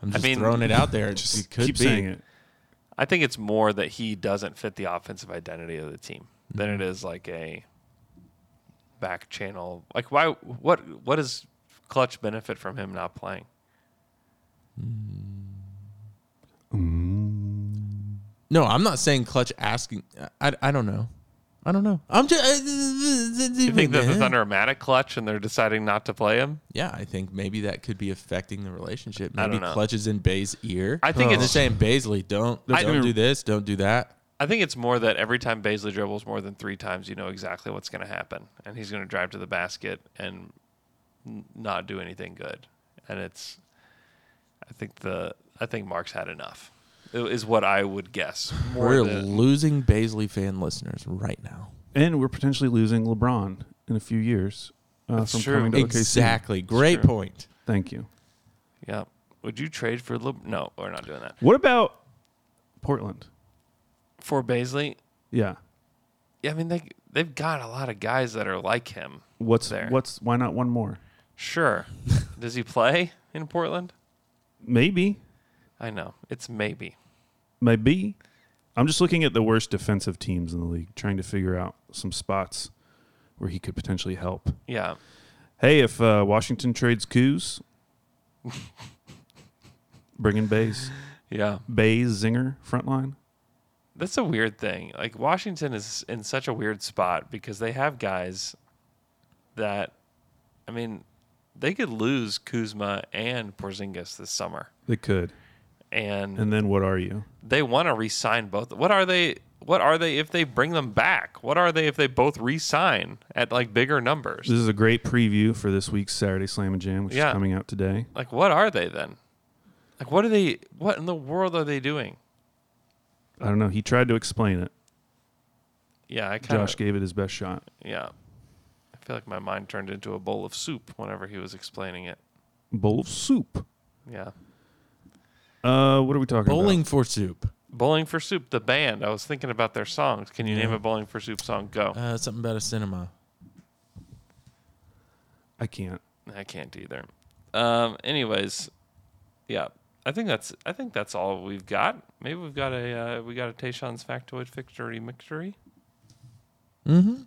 [SPEAKER 5] I'm just
[SPEAKER 7] mean-
[SPEAKER 5] throwing it out there. Just it could
[SPEAKER 8] Keep
[SPEAKER 5] be.
[SPEAKER 8] saying it.
[SPEAKER 7] I think it's more that he doesn't fit the offensive identity of the team than it is like a back channel. Like why? What? What does clutch benefit from him not playing?
[SPEAKER 5] No, I'm not saying clutch asking. I, I don't know. I don't know. I'm uh, just.
[SPEAKER 7] You think that the Thunder are mad at clutch and they're deciding not to play him?
[SPEAKER 5] Yeah, I think maybe that could be affecting the relationship.
[SPEAKER 7] I
[SPEAKER 5] Maybe
[SPEAKER 7] don't know.
[SPEAKER 5] clutch is in Bay's ear.
[SPEAKER 7] I think it's-
[SPEAKER 5] And they're saying Baisley, don't
[SPEAKER 8] There's
[SPEAKER 5] don't
[SPEAKER 8] gonna-
[SPEAKER 5] do this, don't do that.
[SPEAKER 7] I think it's more that every time Baisley dribbles more than three times, you know exactly what's going to happen, and he's going to drive to the basket and n- not do anything good. And it's, I think the I think Mark's had enough, i- is what I would guess. More
[SPEAKER 5] We're
[SPEAKER 7] than-
[SPEAKER 5] losing Baisley fan listeners right now.
[SPEAKER 8] And we're potentially losing LeBron in a few years uh,
[SPEAKER 7] That's
[SPEAKER 8] from
[SPEAKER 7] true.
[SPEAKER 8] coming to OKC.
[SPEAKER 5] Exactly. Great
[SPEAKER 7] true.
[SPEAKER 5] point.
[SPEAKER 8] Thank you.
[SPEAKER 7] yeah. Would you trade for Le- no? We're not doing that
[SPEAKER 8] What about Portland?
[SPEAKER 7] for Baisley.
[SPEAKER 8] Yeah.
[SPEAKER 7] Yeah, I mean they they've got a lot of guys that are like him.
[SPEAKER 8] What's
[SPEAKER 7] There.
[SPEAKER 8] what's why not one more?
[SPEAKER 7] Sure, does he play in Portland?
[SPEAKER 8] Maybe,
[SPEAKER 7] I know it's maybe.
[SPEAKER 8] maybe. I'm just looking at the worst defensive teams in the league, trying to figure out some spots where he could potentially help.
[SPEAKER 7] Yeah,
[SPEAKER 8] Hey, if uh, Washington trades Coos, bring in Bays.
[SPEAKER 7] yeah.
[SPEAKER 8] Bays Zinger front line.
[SPEAKER 7] That's a weird thing. Like Washington is in such a weird spot because they have guys that, I mean, they could lose Kuzma and Porzingis this summer,
[SPEAKER 8] They could.
[SPEAKER 7] and,
[SPEAKER 8] And then what are you?
[SPEAKER 7] they want to re-sign both. What are they? What are they if they bring them back? What are they if they both re-sign at like bigger numbers?
[SPEAKER 8] This is a great preview for this week's Saturday Slam and Jam, which
[SPEAKER 7] Yeah.
[SPEAKER 8] is coming out today.
[SPEAKER 7] Like what are they then? Like what are they? What in the world are they doing?
[SPEAKER 8] I don't know. He tried to explain it.
[SPEAKER 7] Yeah, I kinda-
[SPEAKER 8] Josh gave it his best shot.
[SPEAKER 7] Yeah. I feel like my mind turned into a bowl of soup whenever he was explaining it.
[SPEAKER 8] Bowl of soup.
[SPEAKER 7] Yeah.
[SPEAKER 8] Uh, what are we talking about?
[SPEAKER 5] Bowling for soup.
[SPEAKER 7] Bowling for Soup, the band. I was thinking about their songs. Can you name a Bowling for Soup song? Go.
[SPEAKER 5] Uh, something about a cinema.
[SPEAKER 8] I can't.
[SPEAKER 7] I can't either. Um, anyways, yeah, I think that's I think that's all we've got. Maybe we've got a uh, we got a Tayshawn's factoid victory victory.
[SPEAKER 5] Mm-hmm.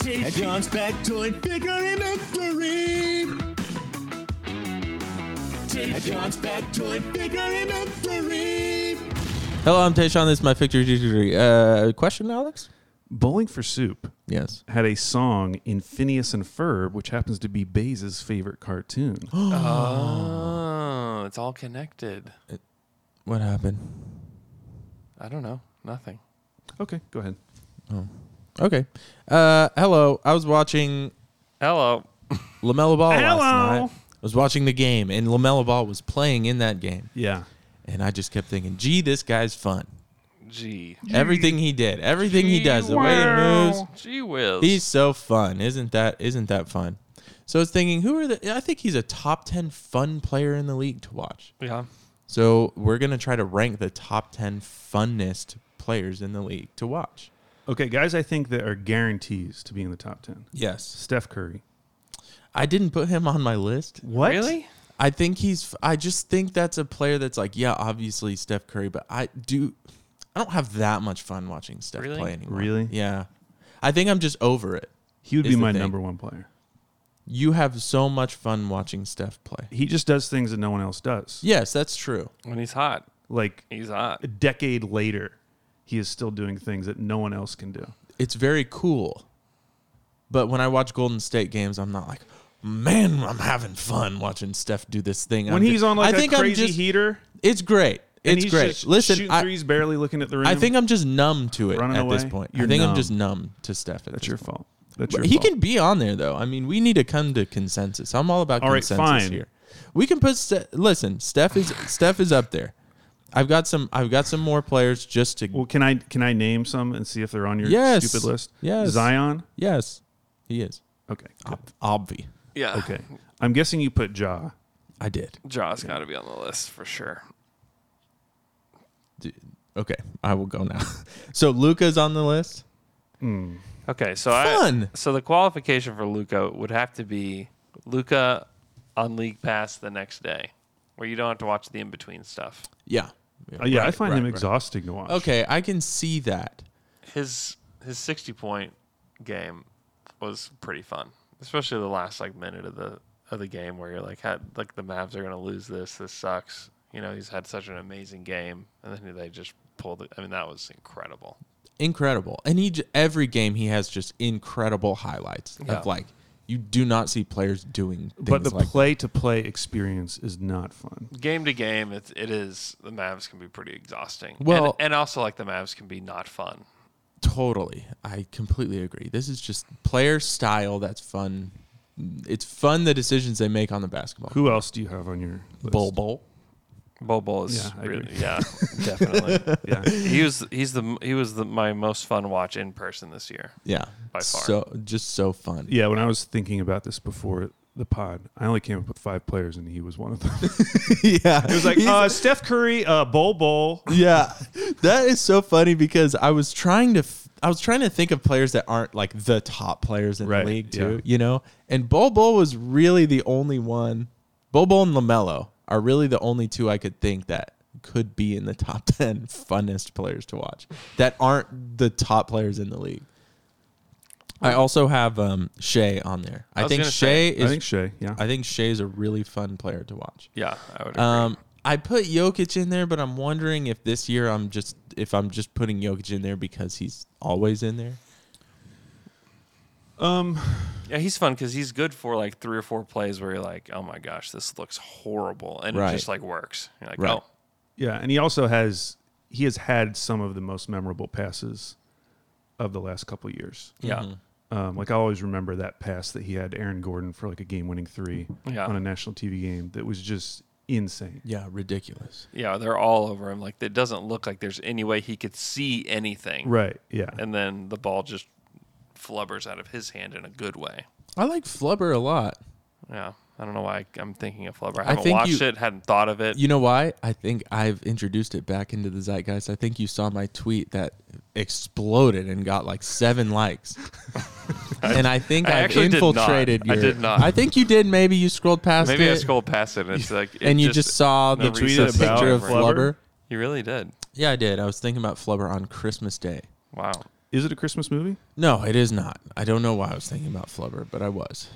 [SPEAKER 11] Tayshawn's factoid victory victory. Tayshawn's factoid victory victory.
[SPEAKER 5] Hello, I'm Tayshawn. This is my Victory Degree. Uh, question, Alex?
[SPEAKER 8] Bowling for Soup
[SPEAKER 5] Yes.
[SPEAKER 8] had a song in Phineas and Ferb, which happens to be Baze's favorite cartoon.
[SPEAKER 7] oh, it's all connected.
[SPEAKER 5] What happened?
[SPEAKER 7] I don't know. Nothing.
[SPEAKER 8] okay, go ahead.
[SPEAKER 5] Okay. Uh, hello. I was watching
[SPEAKER 7] Hello.
[SPEAKER 5] LaMelo Ball last
[SPEAKER 8] Hello.
[SPEAKER 5] night. I was watching the game, and LaMelo Ball was playing in that game.
[SPEAKER 8] Yeah.
[SPEAKER 5] And I just kept thinking, gee, this guy's fun.
[SPEAKER 7] Gee.
[SPEAKER 5] Everything he did, everything he does, the way he moves,
[SPEAKER 7] Gee whiz.
[SPEAKER 5] He's so fun, isn't that? Isn't that fun? So I was thinking, who are the? I think he's a top ten fun player in the league to watch.
[SPEAKER 7] yeah.
[SPEAKER 5] So we're gonna try to rank the top ten funnest players in the league to watch.
[SPEAKER 8] Okay, guys, I think that are guarantees to be in the top 10.
[SPEAKER 5] Yes,
[SPEAKER 8] Steph Curry.
[SPEAKER 5] I didn't put him on my list.
[SPEAKER 8] What?
[SPEAKER 7] Really?
[SPEAKER 5] I think he's. I just think that's a player that's like, yeah, obviously Steph Curry, but I do. I don't have that much fun watching Steph
[SPEAKER 7] Really?
[SPEAKER 5] play anymore.
[SPEAKER 8] Really?
[SPEAKER 5] Yeah, I think I'm just over it.
[SPEAKER 8] He would
[SPEAKER 5] Is
[SPEAKER 8] be
[SPEAKER 5] the
[SPEAKER 8] my
[SPEAKER 5] thing.
[SPEAKER 8] number one player.
[SPEAKER 5] You have so much fun watching Steph play.
[SPEAKER 8] He just does things that no one else does.
[SPEAKER 5] Yes, that's true.
[SPEAKER 7] When he's hot,
[SPEAKER 8] Like
[SPEAKER 7] he's hot.
[SPEAKER 8] a decade later, he is still doing things that no one else can do.
[SPEAKER 5] it's very cool. But when I watch Golden State games, I'm not like, man, I'm having fun watching Steph do this thing.
[SPEAKER 8] When
[SPEAKER 5] I'm
[SPEAKER 8] he's
[SPEAKER 5] ju-
[SPEAKER 8] on like
[SPEAKER 5] I think
[SPEAKER 8] a
[SPEAKER 5] I'm
[SPEAKER 8] crazy
[SPEAKER 5] just-
[SPEAKER 8] heater,
[SPEAKER 5] it's great.
[SPEAKER 8] and
[SPEAKER 5] It's
[SPEAKER 8] he's
[SPEAKER 5] great.
[SPEAKER 8] just
[SPEAKER 5] Listen,
[SPEAKER 8] shooting
[SPEAKER 5] I,
[SPEAKER 8] threes, barely looking at the rim.
[SPEAKER 5] I think I'm just numb to it
[SPEAKER 8] Running
[SPEAKER 5] at this
[SPEAKER 8] away.
[SPEAKER 5] point.
[SPEAKER 8] You're
[SPEAKER 5] I think
[SPEAKER 8] numb.
[SPEAKER 5] I'm just numb to Steph. At
[SPEAKER 8] that's
[SPEAKER 5] this
[SPEAKER 8] your
[SPEAKER 5] point.
[SPEAKER 8] fault. That's
[SPEAKER 5] But
[SPEAKER 8] your
[SPEAKER 5] he
[SPEAKER 8] fault.
[SPEAKER 5] can be on there though. I mean, we need to come to consensus. I'm all about
[SPEAKER 8] All right,
[SPEAKER 5] consensus
[SPEAKER 8] fine.
[SPEAKER 5] here. We can put Ste- listen. Steph is Steph is up there. I've got some. I've got some more players just to.
[SPEAKER 8] Well, can I can I name some and see if they're on your
[SPEAKER 5] Yes.
[SPEAKER 8] stupid list?
[SPEAKER 5] Yes. Ah.
[SPEAKER 8] Zion.
[SPEAKER 5] yes, he is.
[SPEAKER 8] Okay. good.
[SPEAKER 5] Ob- obvi.
[SPEAKER 7] Yeah.
[SPEAKER 8] Okay. I'm guessing you put Ja.
[SPEAKER 5] I did.
[SPEAKER 7] Jaw's got to be on the list for sure.
[SPEAKER 5] D- Okay, I will go now. so Luca's on the list.
[SPEAKER 7] Okay, so
[SPEAKER 5] Fun.
[SPEAKER 7] I so the qualification for Luca would have to be Luca on League Pass the next day, where you don't have to watch the in between stuff.
[SPEAKER 5] Yeah.
[SPEAKER 8] Uh, yeah, I
[SPEAKER 5] Right,
[SPEAKER 8] find
[SPEAKER 5] right,
[SPEAKER 8] him
[SPEAKER 5] right.
[SPEAKER 8] exhausting to watch.
[SPEAKER 5] Okay, I can see that.
[SPEAKER 7] His his sixty point game was pretty fun, especially the last like minute of the of the game where you're like, how, like the Mavs are gonna lose this. This sucks. You know, he's had such an amazing game, and then they just pulled it. I mean, that was incredible.
[SPEAKER 5] Incredible. And he j- every game he has just incredible highlights
[SPEAKER 7] Yeah.
[SPEAKER 5] of like you do not see players doing things
[SPEAKER 8] But the
[SPEAKER 5] like
[SPEAKER 8] play to play experience is not fun.
[SPEAKER 7] game to game, it, it is the Mavs can be pretty exhausting. And-
[SPEAKER 5] Well-
[SPEAKER 7] and, also like the Mavs can be not fun.
[SPEAKER 5] totally. I completely agree. This is just player style that's fun. It's fun the decisions they make on the basketball.
[SPEAKER 8] Who else do you have on your list?
[SPEAKER 5] Bull Bull.
[SPEAKER 7] Bobo is
[SPEAKER 8] Yeah, I
[SPEAKER 7] really
[SPEAKER 8] agree.
[SPEAKER 7] yeah, definitely.
[SPEAKER 8] Yeah.
[SPEAKER 7] He was he's the he was the my most fun watch in person this year.
[SPEAKER 5] Yeah.
[SPEAKER 7] By far.
[SPEAKER 5] So just so fun.
[SPEAKER 8] Yeah, when I was thinking about this before the pod, I only came up with five players, and he was one of them. it
[SPEAKER 5] yeah. It
[SPEAKER 8] was like uh, Steph Curry, uh, Bol Bol.
[SPEAKER 5] yeah that is so funny because i was trying to f- i was trying to think of players that aren't like the top players in
[SPEAKER 8] Right,
[SPEAKER 5] the league
[SPEAKER 8] yeah.
[SPEAKER 5] too you know and bol bol was really the only one bol bol and lamelo are really the only two i could think that could be in the top 10 funnest players to watch that aren't the top players in the league i also have um shay on there i,
[SPEAKER 7] was
[SPEAKER 5] think
[SPEAKER 7] gonna
[SPEAKER 5] shay
[SPEAKER 8] I
[SPEAKER 5] is
[SPEAKER 8] think Shay. Yeah,
[SPEAKER 5] i think shay is a really fun player to watch
[SPEAKER 7] Yeah, I would agree.
[SPEAKER 5] um, I put Jokic in there, but I'm wondering if this year I'm just if I'm just putting Jokic in there because he's always in there.
[SPEAKER 7] yeah, he's fun because he's good for like three or four plays where you're like, oh my gosh, this looks horrible, and
[SPEAKER 5] Right.
[SPEAKER 7] it just like works. You're like,
[SPEAKER 5] Right.
[SPEAKER 7] oh,
[SPEAKER 8] yeah, and he also has he has had some of the most memorable passes of the last couple of years.
[SPEAKER 7] yeah,
[SPEAKER 5] Mm-hmm.
[SPEAKER 8] Um, like I always remember that pass that he had to Aaron Gordon for like a game winning three
[SPEAKER 7] Yeah.
[SPEAKER 8] on a national TV game that was just insane.
[SPEAKER 5] Yeah, ridiculous.
[SPEAKER 7] Yeah, they're all over him. Like it doesn't look like there's any way he could see anything.
[SPEAKER 8] Right, yeah.
[SPEAKER 7] And then the ball just flubbers out of his hand in a good way.
[SPEAKER 5] I like Flubber a lot.
[SPEAKER 7] Yeah. I don't know why I'm thinking of Flubber. I haven't watched it, hadn't thought of it.
[SPEAKER 5] You know why? I think I've introduced it back into the zeitgeist. I think you saw my tweet that exploded and got like seven likes. and I think
[SPEAKER 7] I
[SPEAKER 5] I have
[SPEAKER 7] actually did not.
[SPEAKER 5] infiltrated
[SPEAKER 7] I
[SPEAKER 5] your-
[SPEAKER 7] did not.
[SPEAKER 5] I think you did. Maybe you scrolled past
[SPEAKER 7] Maybe
[SPEAKER 5] it.
[SPEAKER 7] I scrolled past it and it's like it
[SPEAKER 5] and you just, saw
[SPEAKER 7] no
[SPEAKER 5] the,
[SPEAKER 7] reason
[SPEAKER 5] the
[SPEAKER 7] it's
[SPEAKER 5] picture of
[SPEAKER 7] different.
[SPEAKER 5] Flubber.
[SPEAKER 7] You really did.
[SPEAKER 5] Yeah, I did. I was thinking about Flubber on Christmas Day.
[SPEAKER 7] Wow.
[SPEAKER 8] Is it a Christmas movie?
[SPEAKER 5] No, it is not. I don't know why I was thinking about Flubber, but I was.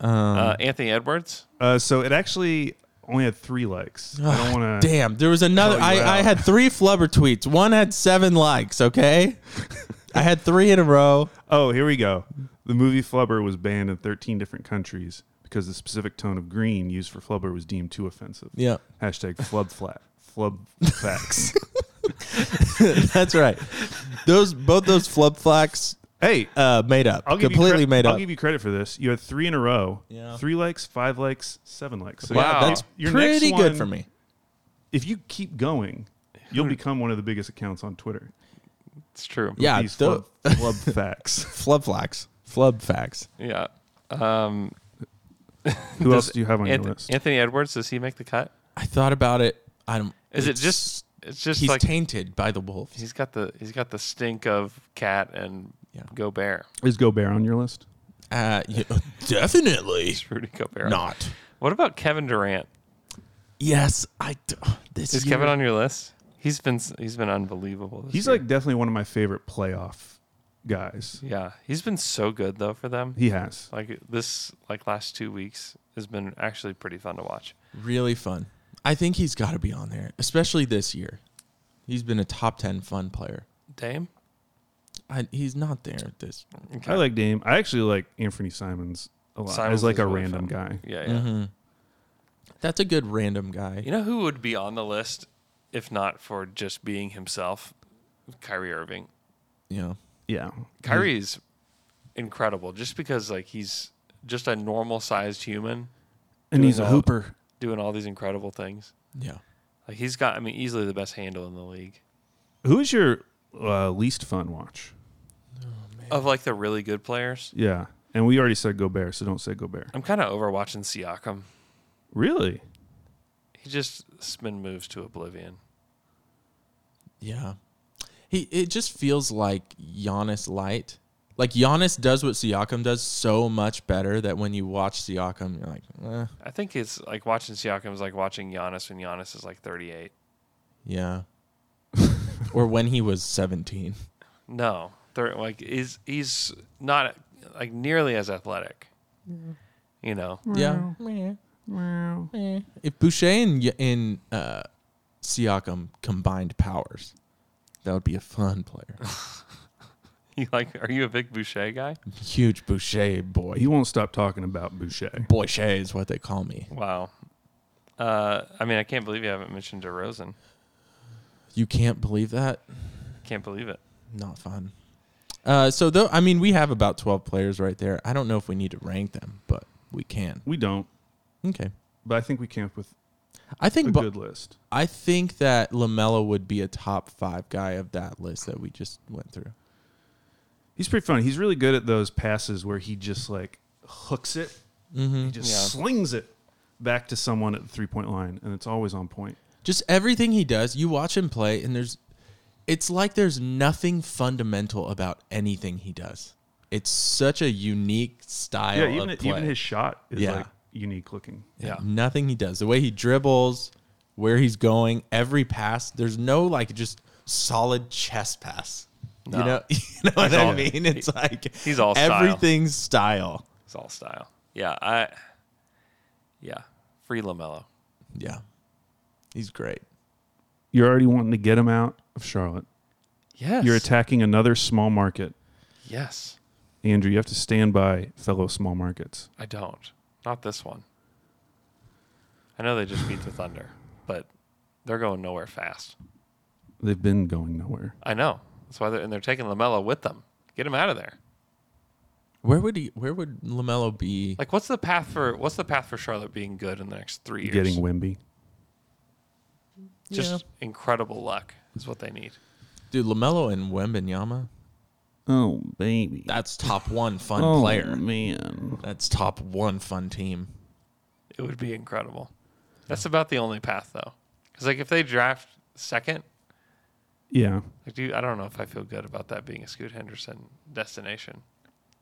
[SPEAKER 5] Um,
[SPEAKER 7] Uh, Anthony Edwards.
[SPEAKER 8] Uh, so it actually only had three likes. I don't want to.
[SPEAKER 5] Damn, there was another.
[SPEAKER 8] Call you
[SPEAKER 5] I, I
[SPEAKER 8] out.
[SPEAKER 5] had three flubber tweets. One had seven likes. Okay, I had three in a row.
[SPEAKER 8] Oh, here we go. The movie Flubber was banned in 13 different countries because the specific tone of green used for Flubber was deemed too offensive.
[SPEAKER 5] Yeah.
[SPEAKER 8] Hashtag flub flat. Flub facts.
[SPEAKER 5] That's right. Those both those flub flacks.
[SPEAKER 8] Hey,
[SPEAKER 5] uh, made up.
[SPEAKER 8] I'll give you
[SPEAKER 5] Completely
[SPEAKER 8] cre-
[SPEAKER 5] made
[SPEAKER 8] I'll
[SPEAKER 5] up.
[SPEAKER 8] give you credit for this. You had three in a row.
[SPEAKER 5] Yeah.
[SPEAKER 8] Three likes, five likes, seven likes.
[SPEAKER 5] Wow,
[SPEAKER 8] your-
[SPEAKER 5] that's
[SPEAKER 8] your
[SPEAKER 5] pretty
[SPEAKER 8] next
[SPEAKER 5] good
[SPEAKER 8] one-
[SPEAKER 5] for me.
[SPEAKER 8] If you keep going, you'll become one of the biggest accounts on Twitter.
[SPEAKER 7] It's true.
[SPEAKER 5] yeah,
[SPEAKER 8] These
[SPEAKER 5] tho-
[SPEAKER 8] flub, flub facts.
[SPEAKER 5] flub flacks. Flub facts.
[SPEAKER 7] Yeah. Um,
[SPEAKER 8] Who else do you have on your
[SPEAKER 7] Anth-
[SPEAKER 8] list?
[SPEAKER 7] Anthony Edwards. Does he make the cut?
[SPEAKER 5] I thought about it. I'm.
[SPEAKER 7] Is it
[SPEAKER 5] it's-
[SPEAKER 7] just? It's just
[SPEAKER 5] he's
[SPEAKER 7] like
[SPEAKER 5] tainted by the wolves.
[SPEAKER 7] he's got the he's got the stink of cat and Gobert.
[SPEAKER 8] Is Gobert on your list?
[SPEAKER 5] Uh, yeah, definitely.
[SPEAKER 7] It's Rudy Gobert.
[SPEAKER 5] Not.
[SPEAKER 7] What about Kevin Durant?
[SPEAKER 5] Yes, I. Do. This
[SPEAKER 7] Is
[SPEAKER 5] year-
[SPEAKER 7] Kevin on your list? He's been s- he's been unbelievable. This
[SPEAKER 8] He's
[SPEAKER 7] year.
[SPEAKER 8] like definitely one of my favorite playoff guys.
[SPEAKER 7] yeah. He's been so good though for them.
[SPEAKER 8] He has.
[SPEAKER 7] Like this like last two weeks has been actually pretty fun to watch.
[SPEAKER 5] Really fun. I think he's got to be on there, especially this year. He's been a top 10 fun player.
[SPEAKER 7] Dame.
[SPEAKER 5] I, he's not there this.
[SPEAKER 8] I like Dame. I actually like Anthony Simons a lot.
[SPEAKER 7] Simons
[SPEAKER 8] As like
[SPEAKER 7] is
[SPEAKER 8] a
[SPEAKER 7] really fun.
[SPEAKER 8] random guy.
[SPEAKER 7] Yeah, yeah.
[SPEAKER 5] Mhm. That's a good random guy.
[SPEAKER 7] You know who would be on the list if not for just being himself? Kyrie Irving.
[SPEAKER 5] You know,
[SPEAKER 8] Yeah.
[SPEAKER 7] Kyrie's incredible just because like he's just a normal sized human.
[SPEAKER 8] And
[SPEAKER 7] doing
[SPEAKER 8] he's a
[SPEAKER 7] all-
[SPEAKER 8] hooper.
[SPEAKER 7] Doing all these incredible things.
[SPEAKER 5] Yeah.
[SPEAKER 7] Like he's got I mean easily the best handle in the league.
[SPEAKER 8] Who is your uh, least fun watch?
[SPEAKER 7] Of like the really good players.
[SPEAKER 8] Yeah. And we already said Gobert, so don't say Gobert.
[SPEAKER 7] I'm kinda over watching Siakam.
[SPEAKER 8] Really?
[SPEAKER 7] He just spin moves to oblivion.
[SPEAKER 5] Yeah. He it just feels like Giannis light. Like Giannis does what Siakam does so much better that when you watch Siakam, you're like, eh,
[SPEAKER 7] I think it's like watching Siakam is like watching Giannis when Giannis is like thirty eight.
[SPEAKER 5] yeah. or when he was 17.
[SPEAKER 7] No, they're like is he's not like nearly as athletic. You know,
[SPEAKER 5] Yeah. Eh. If Boucher and Y- and uh, Siakam combined powers, that would be a fun player.
[SPEAKER 7] you like, are you a big Boucher guy?
[SPEAKER 5] Huge Boucher boy.
[SPEAKER 8] He won't stop talking about Boucher.
[SPEAKER 5] Boucher is what they call me.
[SPEAKER 7] Wow. Uh, I mean, I can't believe you haven't mentioned DeRozan.
[SPEAKER 5] You can't believe that.
[SPEAKER 7] Can't believe it.
[SPEAKER 5] Not fun. Uh, so though, I mean, we have about twelve players right there. I don't know if we need to rank them, but we can.
[SPEAKER 8] We don't,
[SPEAKER 5] Okay.
[SPEAKER 8] but I think we came up with
[SPEAKER 5] I think
[SPEAKER 8] a
[SPEAKER 5] bu-
[SPEAKER 8] good list.
[SPEAKER 5] I think that Lamelo would be a top five guy of that list that we just went through.
[SPEAKER 8] He's pretty fun. He's really good at those passes where he just like hooks it. He just slings it back to someone at the three point line, and it's always on point.
[SPEAKER 5] just everything he does you watch him play and there's it's like there's nothing fundamental about anything he does it's such a unique style
[SPEAKER 8] yeah,
[SPEAKER 5] of
[SPEAKER 8] even, it-
[SPEAKER 5] play.
[SPEAKER 8] even his shot is
[SPEAKER 5] Yeah.
[SPEAKER 8] like unique looking.
[SPEAKER 7] Yeah.
[SPEAKER 5] nothing he does the way he dribbles where he's going every pass there's no like just solid chest pass
[SPEAKER 7] No.
[SPEAKER 5] you know you know what
[SPEAKER 7] He's
[SPEAKER 5] i
[SPEAKER 7] all-
[SPEAKER 5] mean it's like
[SPEAKER 7] he's all style.
[SPEAKER 5] everything's style
[SPEAKER 7] It's all style. Yeah, I. Yeah, free Lamelo.
[SPEAKER 5] yeah he's great
[SPEAKER 8] You're already wanting to get him out of Charlotte.
[SPEAKER 7] Yes.
[SPEAKER 8] You're attacking another small market.
[SPEAKER 7] Yes,
[SPEAKER 8] Andrew, you have to stand by fellow small markets.
[SPEAKER 7] I don't. Not this one. I know they just beat the Thunder, but they're going nowhere fast.
[SPEAKER 8] They've been going nowhere.
[SPEAKER 7] I know. That's why they're and they're taking Lamelo with them. Get him out of there.
[SPEAKER 5] where would he where would lamelo be
[SPEAKER 7] Like, what's the path for what's the path for Charlotte being good in the next three years?
[SPEAKER 8] Getting Wimby.
[SPEAKER 7] Just
[SPEAKER 5] Yeah.
[SPEAKER 7] incredible luck is what they need.
[SPEAKER 5] Dude, LaMelo and Wembenyama.
[SPEAKER 8] Oh, baby.
[SPEAKER 5] That's top one fun
[SPEAKER 8] Oh,
[SPEAKER 5] player.
[SPEAKER 8] man.
[SPEAKER 5] That's top one fun team.
[SPEAKER 7] It would be incredible. That's about the only path though, because like if they draft second,
[SPEAKER 8] Yeah.
[SPEAKER 7] like do I don't know if I feel good about that being a Scoot Henderson destination.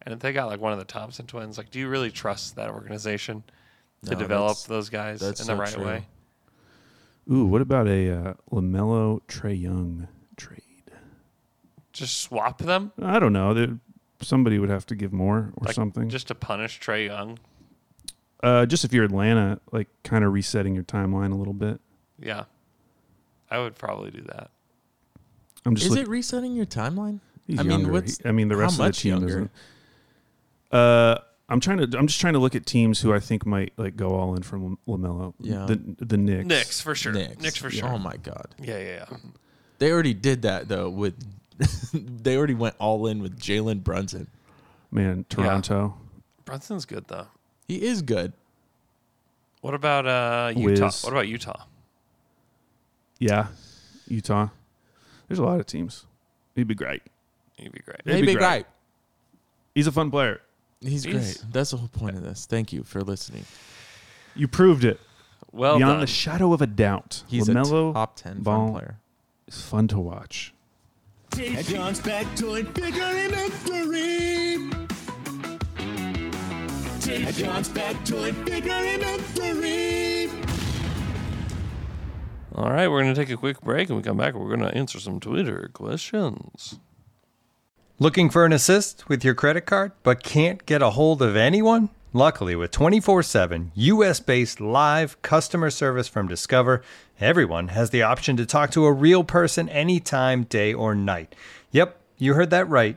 [SPEAKER 7] And if they got like one of the Thompson twins, like do you really trust that organization to
[SPEAKER 5] No,
[SPEAKER 7] develop
[SPEAKER 5] that's-
[SPEAKER 7] those guys in the
[SPEAKER 5] that's so
[SPEAKER 7] right
[SPEAKER 5] true.
[SPEAKER 7] way?
[SPEAKER 8] Ooh, what about a uh, Lamelo Trey Young trade?
[SPEAKER 7] Just swap them,
[SPEAKER 8] I don't know. There- Somebody would have to give more or
[SPEAKER 7] like
[SPEAKER 8] something.
[SPEAKER 7] just to punish Trey Young.
[SPEAKER 8] uh, just if you're Atlanta, like kind of resetting your timeline a little bit.
[SPEAKER 7] Yeah, I would probably do that.
[SPEAKER 8] I'm just
[SPEAKER 5] Is
[SPEAKER 8] look-
[SPEAKER 5] it resetting your timeline?
[SPEAKER 8] He's
[SPEAKER 5] I mean,
[SPEAKER 8] younger.
[SPEAKER 5] what's
[SPEAKER 8] He- I mean, the
[SPEAKER 5] how
[SPEAKER 8] rest of the
[SPEAKER 5] much
[SPEAKER 8] team
[SPEAKER 5] younger?
[SPEAKER 8] doesn't. Uh, I'm trying to. I'm just trying to look at teams who I think might like go all in for Lam- Lamelo.
[SPEAKER 5] Yeah.
[SPEAKER 8] The the Knicks.
[SPEAKER 7] Knicks for sure. Knicks, for
[SPEAKER 5] Yeah.
[SPEAKER 7] sure.
[SPEAKER 5] Oh my god.
[SPEAKER 7] Yeah, yeah, Mm-hmm. yeah.
[SPEAKER 5] They already did that though with they already went all in with Jalen Brunson.
[SPEAKER 8] Man, Toronto.
[SPEAKER 7] Brunson's good though.
[SPEAKER 5] He is good.
[SPEAKER 7] What about uh, Utah?
[SPEAKER 8] Wiz.
[SPEAKER 7] What about Utah?
[SPEAKER 8] Yeah. Utah. There's a lot of teams. He'd be great.
[SPEAKER 7] He'd be great.
[SPEAKER 8] He'd
[SPEAKER 5] He'd be great.
[SPEAKER 8] He's a fun player.
[SPEAKER 5] He's,
[SPEAKER 7] He's-
[SPEAKER 5] great. That's the whole point of this. Thank you for listening.
[SPEAKER 8] You proved it.
[SPEAKER 7] Well
[SPEAKER 8] Beyond
[SPEAKER 7] done.
[SPEAKER 8] the shadow of a doubt.
[SPEAKER 5] Oh, He's a
[SPEAKER 8] LaMelo
[SPEAKER 5] top 10 fun
[SPEAKER 8] Ball
[SPEAKER 5] player.
[SPEAKER 8] Is fun to watch.
[SPEAKER 11] Take John's back to it bigger in a dream. Take John's back to it bigger in a dream.
[SPEAKER 7] All right, we're going to take a quick break and we come back. We're going to answer some Twitter questions.
[SPEAKER 1] Looking for an assist with your credit card but can't get a hold of anyone? Luckily, with 24 7 US based live customer service from Discover, everyone has the option to talk to a real person anytime, day or night. Yep, you heard that right.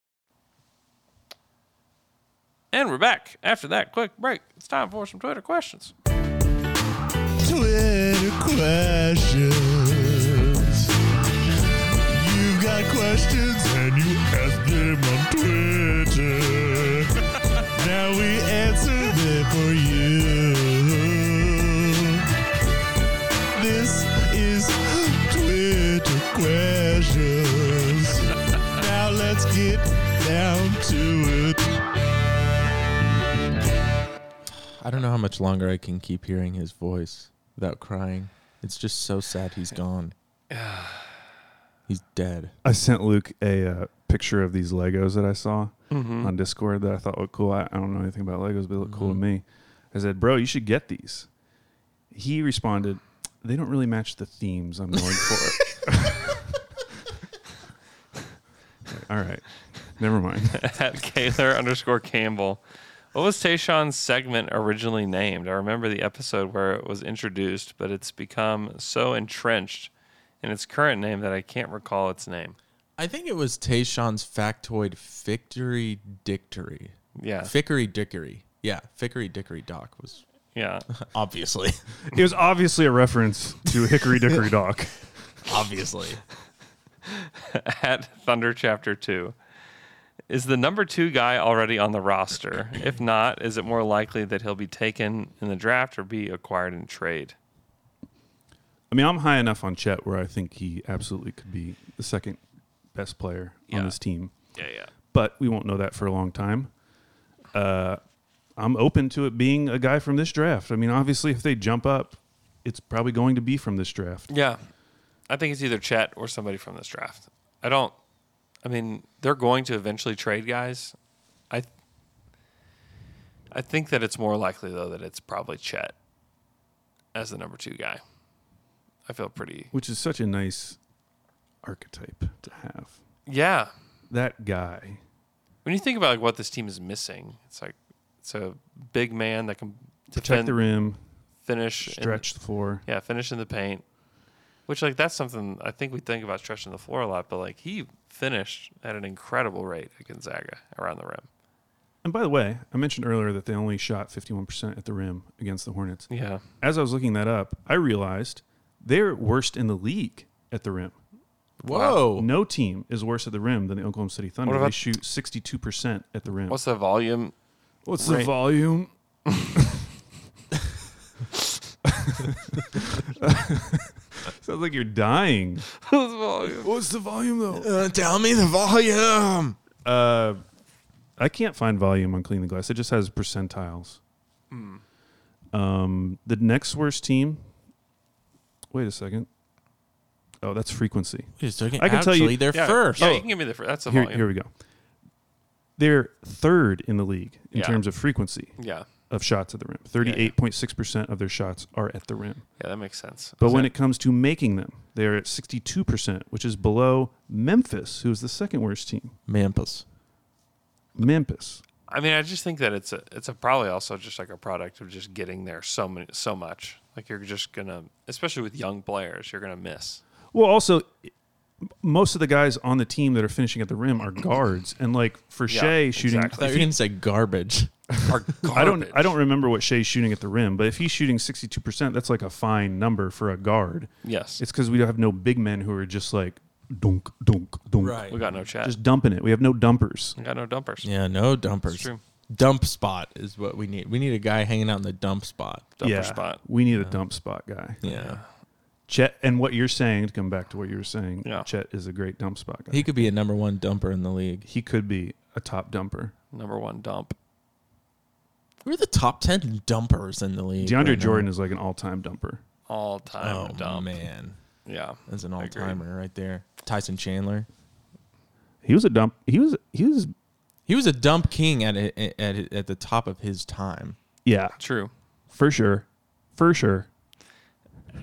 [SPEAKER 7] And we're back after that quick break. It's time for some Twitter questions.
[SPEAKER 11] Twitter questions. You got questions and you ask them on Twitter. now we answer them for you. This is Twitter questions. now let's get down to it.
[SPEAKER 5] I don't know how much longer I can keep hearing his voice without crying. It's just so sad he's gone. He's dead.
[SPEAKER 8] I sent Luke a uh, picture of these Legos that I saw
[SPEAKER 5] Mhm.
[SPEAKER 8] on Discord that I thought looked cool. I, I don't know anything about Legos, but they look cool to me. I said, "Bro, you should get these." He responded, "They don't really match the themes I'm going for." All right, never mind.
[SPEAKER 7] at Kaler underscore Campbell. What was Tayshawn's segment originally named? I remember the episode where it was introduced, but it's become so entrenched in its current name that I can't recall its name.
[SPEAKER 5] I think it was Tayshawn's factoid Fictory Dictory.
[SPEAKER 7] Yeah.
[SPEAKER 5] Fickery Dickory. Yeah. Fickery Dickory Dock was.
[SPEAKER 7] Yeah.
[SPEAKER 5] Obviously.
[SPEAKER 8] It was obviously a reference to Hickory Dickory Dock.
[SPEAKER 5] Obviously.
[SPEAKER 7] at Thunder Chapter 2. Is the number two guy already on the roster? If not, is it more likely that he'll be taken in the draft or be acquired in trade?
[SPEAKER 8] I mean, I'm high enough on Chet where I think he absolutely could be the second best player on this team.
[SPEAKER 7] Yeah, yeah.
[SPEAKER 8] But we won't know that for a long time. Uh, I'm open to it being a guy from this draft. I mean, obviously, if they jump up, it's probably going to be from this draft.
[SPEAKER 7] Yeah. I think it's either Chet or somebody from this draft. I don't I mean, they're going to eventually trade guys. I I think that it's more likely though that it's probably Chet as the number 2 guy. I feel pretty
[SPEAKER 8] Which is such a nice archetype to have.
[SPEAKER 7] Yeah.
[SPEAKER 8] That guy.
[SPEAKER 7] When you think about like what this team is missing, it's like it's a big man that can
[SPEAKER 8] Protect the rim,
[SPEAKER 7] finish, in-
[SPEAKER 8] stretch the floor.
[SPEAKER 7] Yeah, finish in the paint. Which like that's something I think we think about stretching the floor a lot, but like he finished at an incredible rate at Gonzaga around the rim.
[SPEAKER 8] And by the way, I mentioned earlier that they only shot 51% at the rim against the Hornets.
[SPEAKER 7] Yeah.
[SPEAKER 8] As I was looking that up, I realized they're worst in the league at the rim.
[SPEAKER 5] Whoa.
[SPEAKER 8] No team is worse at the rim than the Oklahoma City Thunder.
[SPEAKER 7] What about-
[SPEAKER 8] they shoot 62% at the rim.
[SPEAKER 7] What's the volume?
[SPEAKER 8] What's the volume? Sounds like you're dying.
[SPEAKER 7] What's the volume?
[SPEAKER 8] What's the volume though?
[SPEAKER 5] Uh, tell me the volume.
[SPEAKER 8] Uh, I can't find volume on Clean the Glass. It just has percentiles.
[SPEAKER 7] Hmm.
[SPEAKER 8] Um, the next worst team. Wait a second. Oh, that's frequency.
[SPEAKER 5] Wait a second.
[SPEAKER 8] I can tell
[SPEAKER 5] Actually,
[SPEAKER 8] you
[SPEAKER 5] they're Yeah, first.
[SPEAKER 7] yeah, you can give me the fir- that's the
[SPEAKER 8] Oh. here,
[SPEAKER 7] volume.
[SPEAKER 8] here we go. They're third in the league in
[SPEAKER 7] Yeah.
[SPEAKER 8] terms of frequency.
[SPEAKER 7] Yeah.
[SPEAKER 8] Of shots at the rim, thirty-eight point six percent of their shots are at the rim.
[SPEAKER 7] Yeah, that makes sense.
[SPEAKER 8] But
[SPEAKER 7] Is
[SPEAKER 8] when
[SPEAKER 7] that-
[SPEAKER 8] it comes to making them, they're at sixty-two percent, which is below Memphis, who is the second worst team.
[SPEAKER 5] Memphis.
[SPEAKER 8] Memphis.
[SPEAKER 7] I mean, I just think that it's a it's a probably also just like a product of just getting there so many so much. Like you're just gonna, especially with young players, you're gonna miss.
[SPEAKER 8] Well, also, m- most of the guys on the team that are finishing at the rim are guards, and like for
[SPEAKER 5] Yeah,
[SPEAKER 8] Shea shooting,
[SPEAKER 5] exactly. I thought you were gonna say garbage.
[SPEAKER 8] I don't, I don't remember what Shea's shooting at the rim, but if he's shooting sixty-two percent, that's like a fine number for a guard.
[SPEAKER 7] Yes.
[SPEAKER 8] it's because we have no big men who are just like dunk, dunk, dunk.
[SPEAKER 7] Right. We got no chat.
[SPEAKER 8] Just dumping it. We have no dumpers.
[SPEAKER 7] We got no dumpers.
[SPEAKER 5] Yeah, no dumpers.
[SPEAKER 7] It's true.
[SPEAKER 5] Dump spot is what we need. We need a guy hanging out in the dump spot.
[SPEAKER 8] yeah, We need a dump spot guy.
[SPEAKER 5] Yeah.
[SPEAKER 8] Chet, and what you're saying to come back to what you were saying, Chet is a great dump spot guy.
[SPEAKER 5] He could be a number one dumper in the league.
[SPEAKER 8] He could be a top dumper.
[SPEAKER 7] Number one dump.
[SPEAKER 5] We're the top ten dumpers in the league.
[SPEAKER 8] DeAndre
[SPEAKER 5] right now.
[SPEAKER 8] Jordan is like an all-time dumper.
[SPEAKER 7] All time
[SPEAKER 5] Oh,
[SPEAKER 7] dump.
[SPEAKER 5] man.
[SPEAKER 7] Yeah.
[SPEAKER 5] That's an all timer right there. Tyson Chandler.
[SPEAKER 8] He was a dump. He was he was
[SPEAKER 5] he was a dump king at at at, at the top of his time.
[SPEAKER 8] Yeah.
[SPEAKER 7] True.
[SPEAKER 8] For sure. For sure.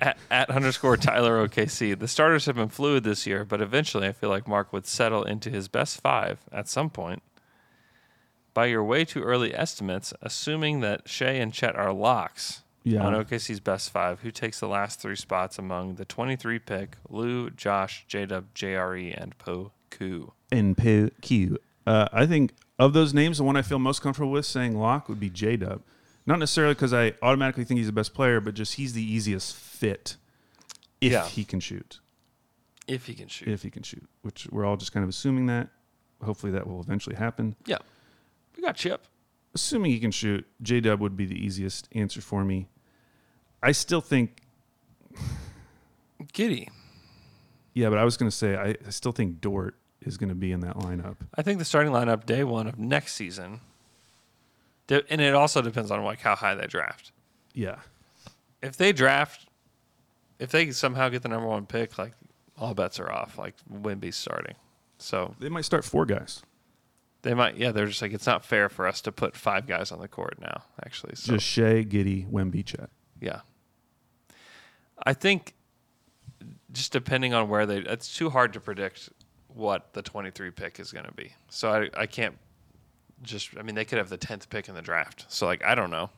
[SPEAKER 7] At, at underscore Tyler OKC. The starters have been fluid this year, but eventually I feel like Mark would settle into his best five at some point. By your way too early estimates, assuming that Shea and Chet are locks
[SPEAKER 8] Yeah.
[SPEAKER 7] on OKC's best five, who takes the last three spots among the 23 pick Lou, Josh, J Dub, JRE, and Po Ku?
[SPEAKER 8] And P- Q. Uh, I think of those names, the one I feel most comfortable with saying lock would be J Dub. Not necessarily because I automatically think he's the best player, but just he's the easiest fit if
[SPEAKER 7] Yeah.
[SPEAKER 8] he can shoot.
[SPEAKER 7] If he can shoot.
[SPEAKER 8] If he can shoot, which we're all just kind of assuming that. Hopefully that will eventually happen.
[SPEAKER 7] Yeah. We got Chip.
[SPEAKER 8] Assuming he can shoot, J Dub would be the easiest answer for me. I still think
[SPEAKER 7] Giddy.
[SPEAKER 8] Yeah, but I was going to say I, I still think Dort is going to be in that lineup.
[SPEAKER 7] I think the starting lineup day one of next season, de- and it also depends on like how high they draft.
[SPEAKER 8] Yeah.
[SPEAKER 7] If they draft, if they somehow get the number one pick, like all bets are off. Like Wimby's starting, so
[SPEAKER 8] they might start four guys.
[SPEAKER 7] They might, yeah. They're just like it's not fair for us to put five guys on the court now. Actually, so
[SPEAKER 8] Just Shea, Giddy, Wemby, chat.
[SPEAKER 7] yeah. I think just depending on where they, it's too hard to predict what the 23 pick is going to be. So I, I can't just, I mean, they could have the 10th pick in the draft. So, like, I don't know.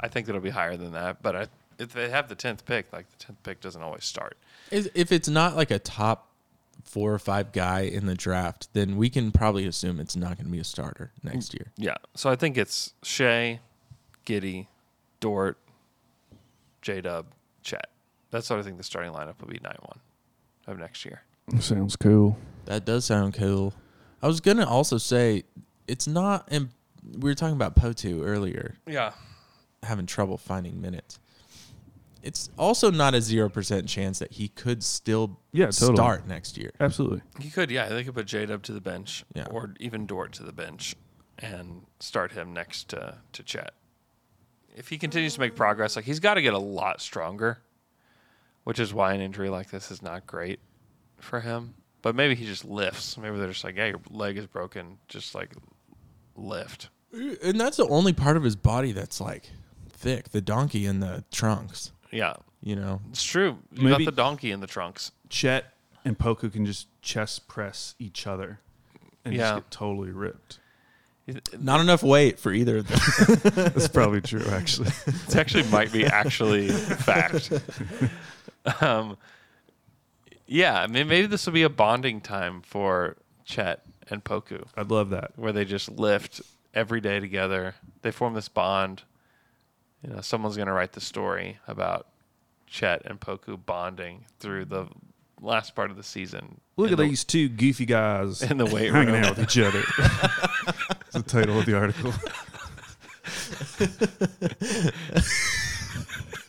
[SPEAKER 7] I think it'll be higher than that. But I, if they have the 10th pick, like, the 10th pick doesn't always start.
[SPEAKER 5] Is, if it's not like a top four or five guy in the draft, then we can probably assume it's not going to be a starter next year.
[SPEAKER 7] Yeah. So I think it's Shea, Giddy, Dort, J Dub, Chet. That's what I think the starting lineup will be 9 1 of next year.
[SPEAKER 8] Sounds cool.
[SPEAKER 5] That does sound cool. I was gonna also say it's not. And we were talking about Potu earlier.
[SPEAKER 7] Yeah.
[SPEAKER 5] having trouble finding minutes. It's also not a zero percent chance that he could still
[SPEAKER 8] Yeah, totally.
[SPEAKER 5] start next year.
[SPEAKER 8] Absolutely.
[SPEAKER 7] You could, yeah. They could put J Dub to the bench,
[SPEAKER 5] Yeah.
[SPEAKER 7] or even Dort to the bench, and start him next to to Chet. If he continues to make progress, like he's got to get a lot stronger, which is why an injury like this is not great for him. But maybe he just lifts. Maybe they're just like, yeah, your leg is broken, just like lift.
[SPEAKER 5] And that's the only part of his body that's like thick. The donkey and the trunks.
[SPEAKER 7] Yeah,
[SPEAKER 5] You know.
[SPEAKER 7] it's true. You
[SPEAKER 8] Maybe-
[SPEAKER 7] got the donkey in the trunks.
[SPEAKER 8] Chet and Poku can just chest press each other and
[SPEAKER 7] Yeah.
[SPEAKER 8] just get totally ripped.
[SPEAKER 5] Not enough weight for either of them.
[SPEAKER 8] That's probably true, actually.
[SPEAKER 7] It actually might be actually fact. Um, yeah, I mean, maybe this will be a bonding time for Chet and Poku.
[SPEAKER 8] I'd love that.
[SPEAKER 7] Where they just lift every day together. They form this bond. You know, someone's going to write the story about Chet and Poku bonding through the last part of the season.
[SPEAKER 8] Look at
[SPEAKER 7] And the-
[SPEAKER 8] these two goofy guys
[SPEAKER 7] In the weight
[SPEAKER 8] hanging
[SPEAKER 7] room.
[SPEAKER 8] out with each other. It's the title of the article.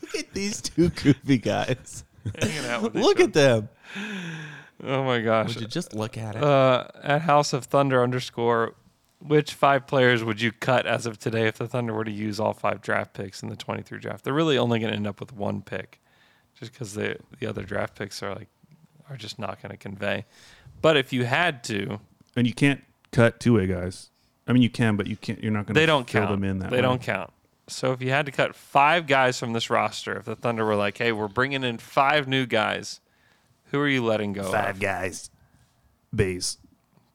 [SPEAKER 5] Look at these two goofy guys.
[SPEAKER 7] Hanging out with each
[SPEAKER 5] Look at them.
[SPEAKER 7] Oh my gosh!
[SPEAKER 5] Would you just look at it?
[SPEAKER 7] Uh, at House of Thunder underscore, which five players would you cut as of today if the Thunder were to use all five draft picks in the 23 draft? They're really only going to end up with one pick, just because the the other draft picks are like are just not going to convey. But if you had to,
[SPEAKER 8] And you can't cut two way guys. I mean, you can, but you can't. You're not going to.
[SPEAKER 7] they don't
[SPEAKER 8] fill
[SPEAKER 7] count.
[SPEAKER 8] them in that.
[SPEAKER 7] they
[SPEAKER 8] way.
[SPEAKER 7] don't count. So if you had to cut five guys from this roster, if the Thunder were like, "Hey, we're bringing in five new guys," who are you letting go?
[SPEAKER 8] Five
[SPEAKER 7] of?
[SPEAKER 8] guys. Bays.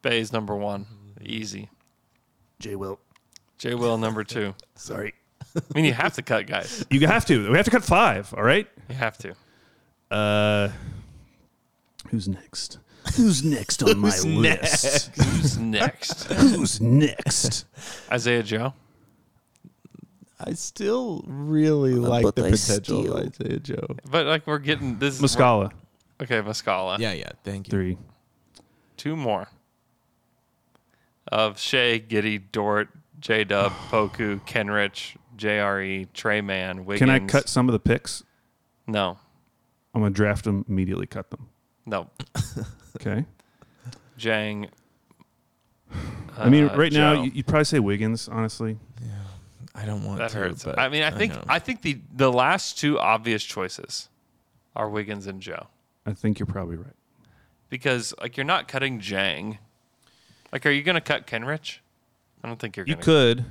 [SPEAKER 7] Bay's number one, easy.
[SPEAKER 8] J Will.
[SPEAKER 7] J Will number two.
[SPEAKER 8] Sorry.
[SPEAKER 7] I mean, you have to cut guys.
[SPEAKER 8] You have to. We have to cut five. All right.
[SPEAKER 7] You have to.
[SPEAKER 8] Uh, who's next? Who's next on my
[SPEAKER 7] Who's
[SPEAKER 8] list?
[SPEAKER 7] next? Who's next?
[SPEAKER 8] Who's next?
[SPEAKER 7] Isaiah Joe.
[SPEAKER 5] I still really like
[SPEAKER 7] but
[SPEAKER 5] the
[SPEAKER 7] I
[SPEAKER 5] potential of
[SPEAKER 7] still-
[SPEAKER 5] Isaiah Joe.
[SPEAKER 7] But like we're getting this is-
[SPEAKER 8] Muscala.
[SPEAKER 7] Okay, Muscala.
[SPEAKER 5] Yeah, yeah. Thank you.
[SPEAKER 8] Three.
[SPEAKER 7] Two more. Of Shea, Giddy, Dort, J Dub, Poku, Kenrich, JRE, Trey Man, Wiggins.
[SPEAKER 8] Can I cut some of the picks?
[SPEAKER 7] No.
[SPEAKER 8] I'm gonna draft them immediately. Cut them.
[SPEAKER 7] No.
[SPEAKER 8] Okay.
[SPEAKER 7] Jang.
[SPEAKER 8] I mean,
[SPEAKER 7] uh,
[SPEAKER 8] right now
[SPEAKER 7] Joe.
[SPEAKER 8] you, you'd probably say Wiggins, honestly.
[SPEAKER 5] I don't want
[SPEAKER 7] that
[SPEAKER 5] to.
[SPEAKER 7] hurts.
[SPEAKER 5] but
[SPEAKER 7] I mean, I think
[SPEAKER 5] know.
[SPEAKER 7] I, think the the last two obvious choices are Wiggins and Joe
[SPEAKER 8] I think you're probably right.
[SPEAKER 7] because like you're not cutting Jang. Like, are you going to cut Kenrich? I don't think you're.
[SPEAKER 8] You
[SPEAKER 7] gonna,
[SPEAKER 8] could.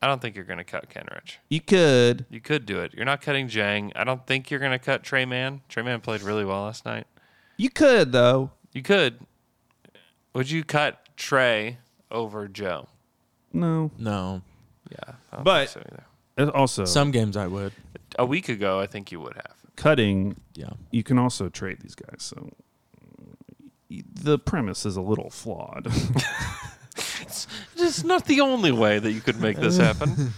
[SPEAKER 7] I don't think you're going to cut Kenrich.
[SPEAKER 5] You could.
[SPEAKER 7] You could do it. You're not cutting Jang. I don't think you're going to cut Trey Man. Trey Man played really well last night.
[SPEAKER 5] You could though.
[SPEAKER 7] You could. Would you cut Trey over Joe?
[SPEAKER 8] No.
[SPEAKER 5] No.
[SPEAKER 7] Yeah, I don't
[SPEAKER 8] But-
[SPEAKER 7] think so either.
[SPEAKER 8] And Also,
[SPEAKER 5] Some games I would.
[SPEAKER 7] a week ago, I think you would have.
[SPEAKER 8] cutting.
[SPEAKER 5] Yeah.
[SPEAKER 8] You can also trade these guys. So y- the premise is a little flawed.
[SPEAKER 7] It's not the only way that you could make this happen.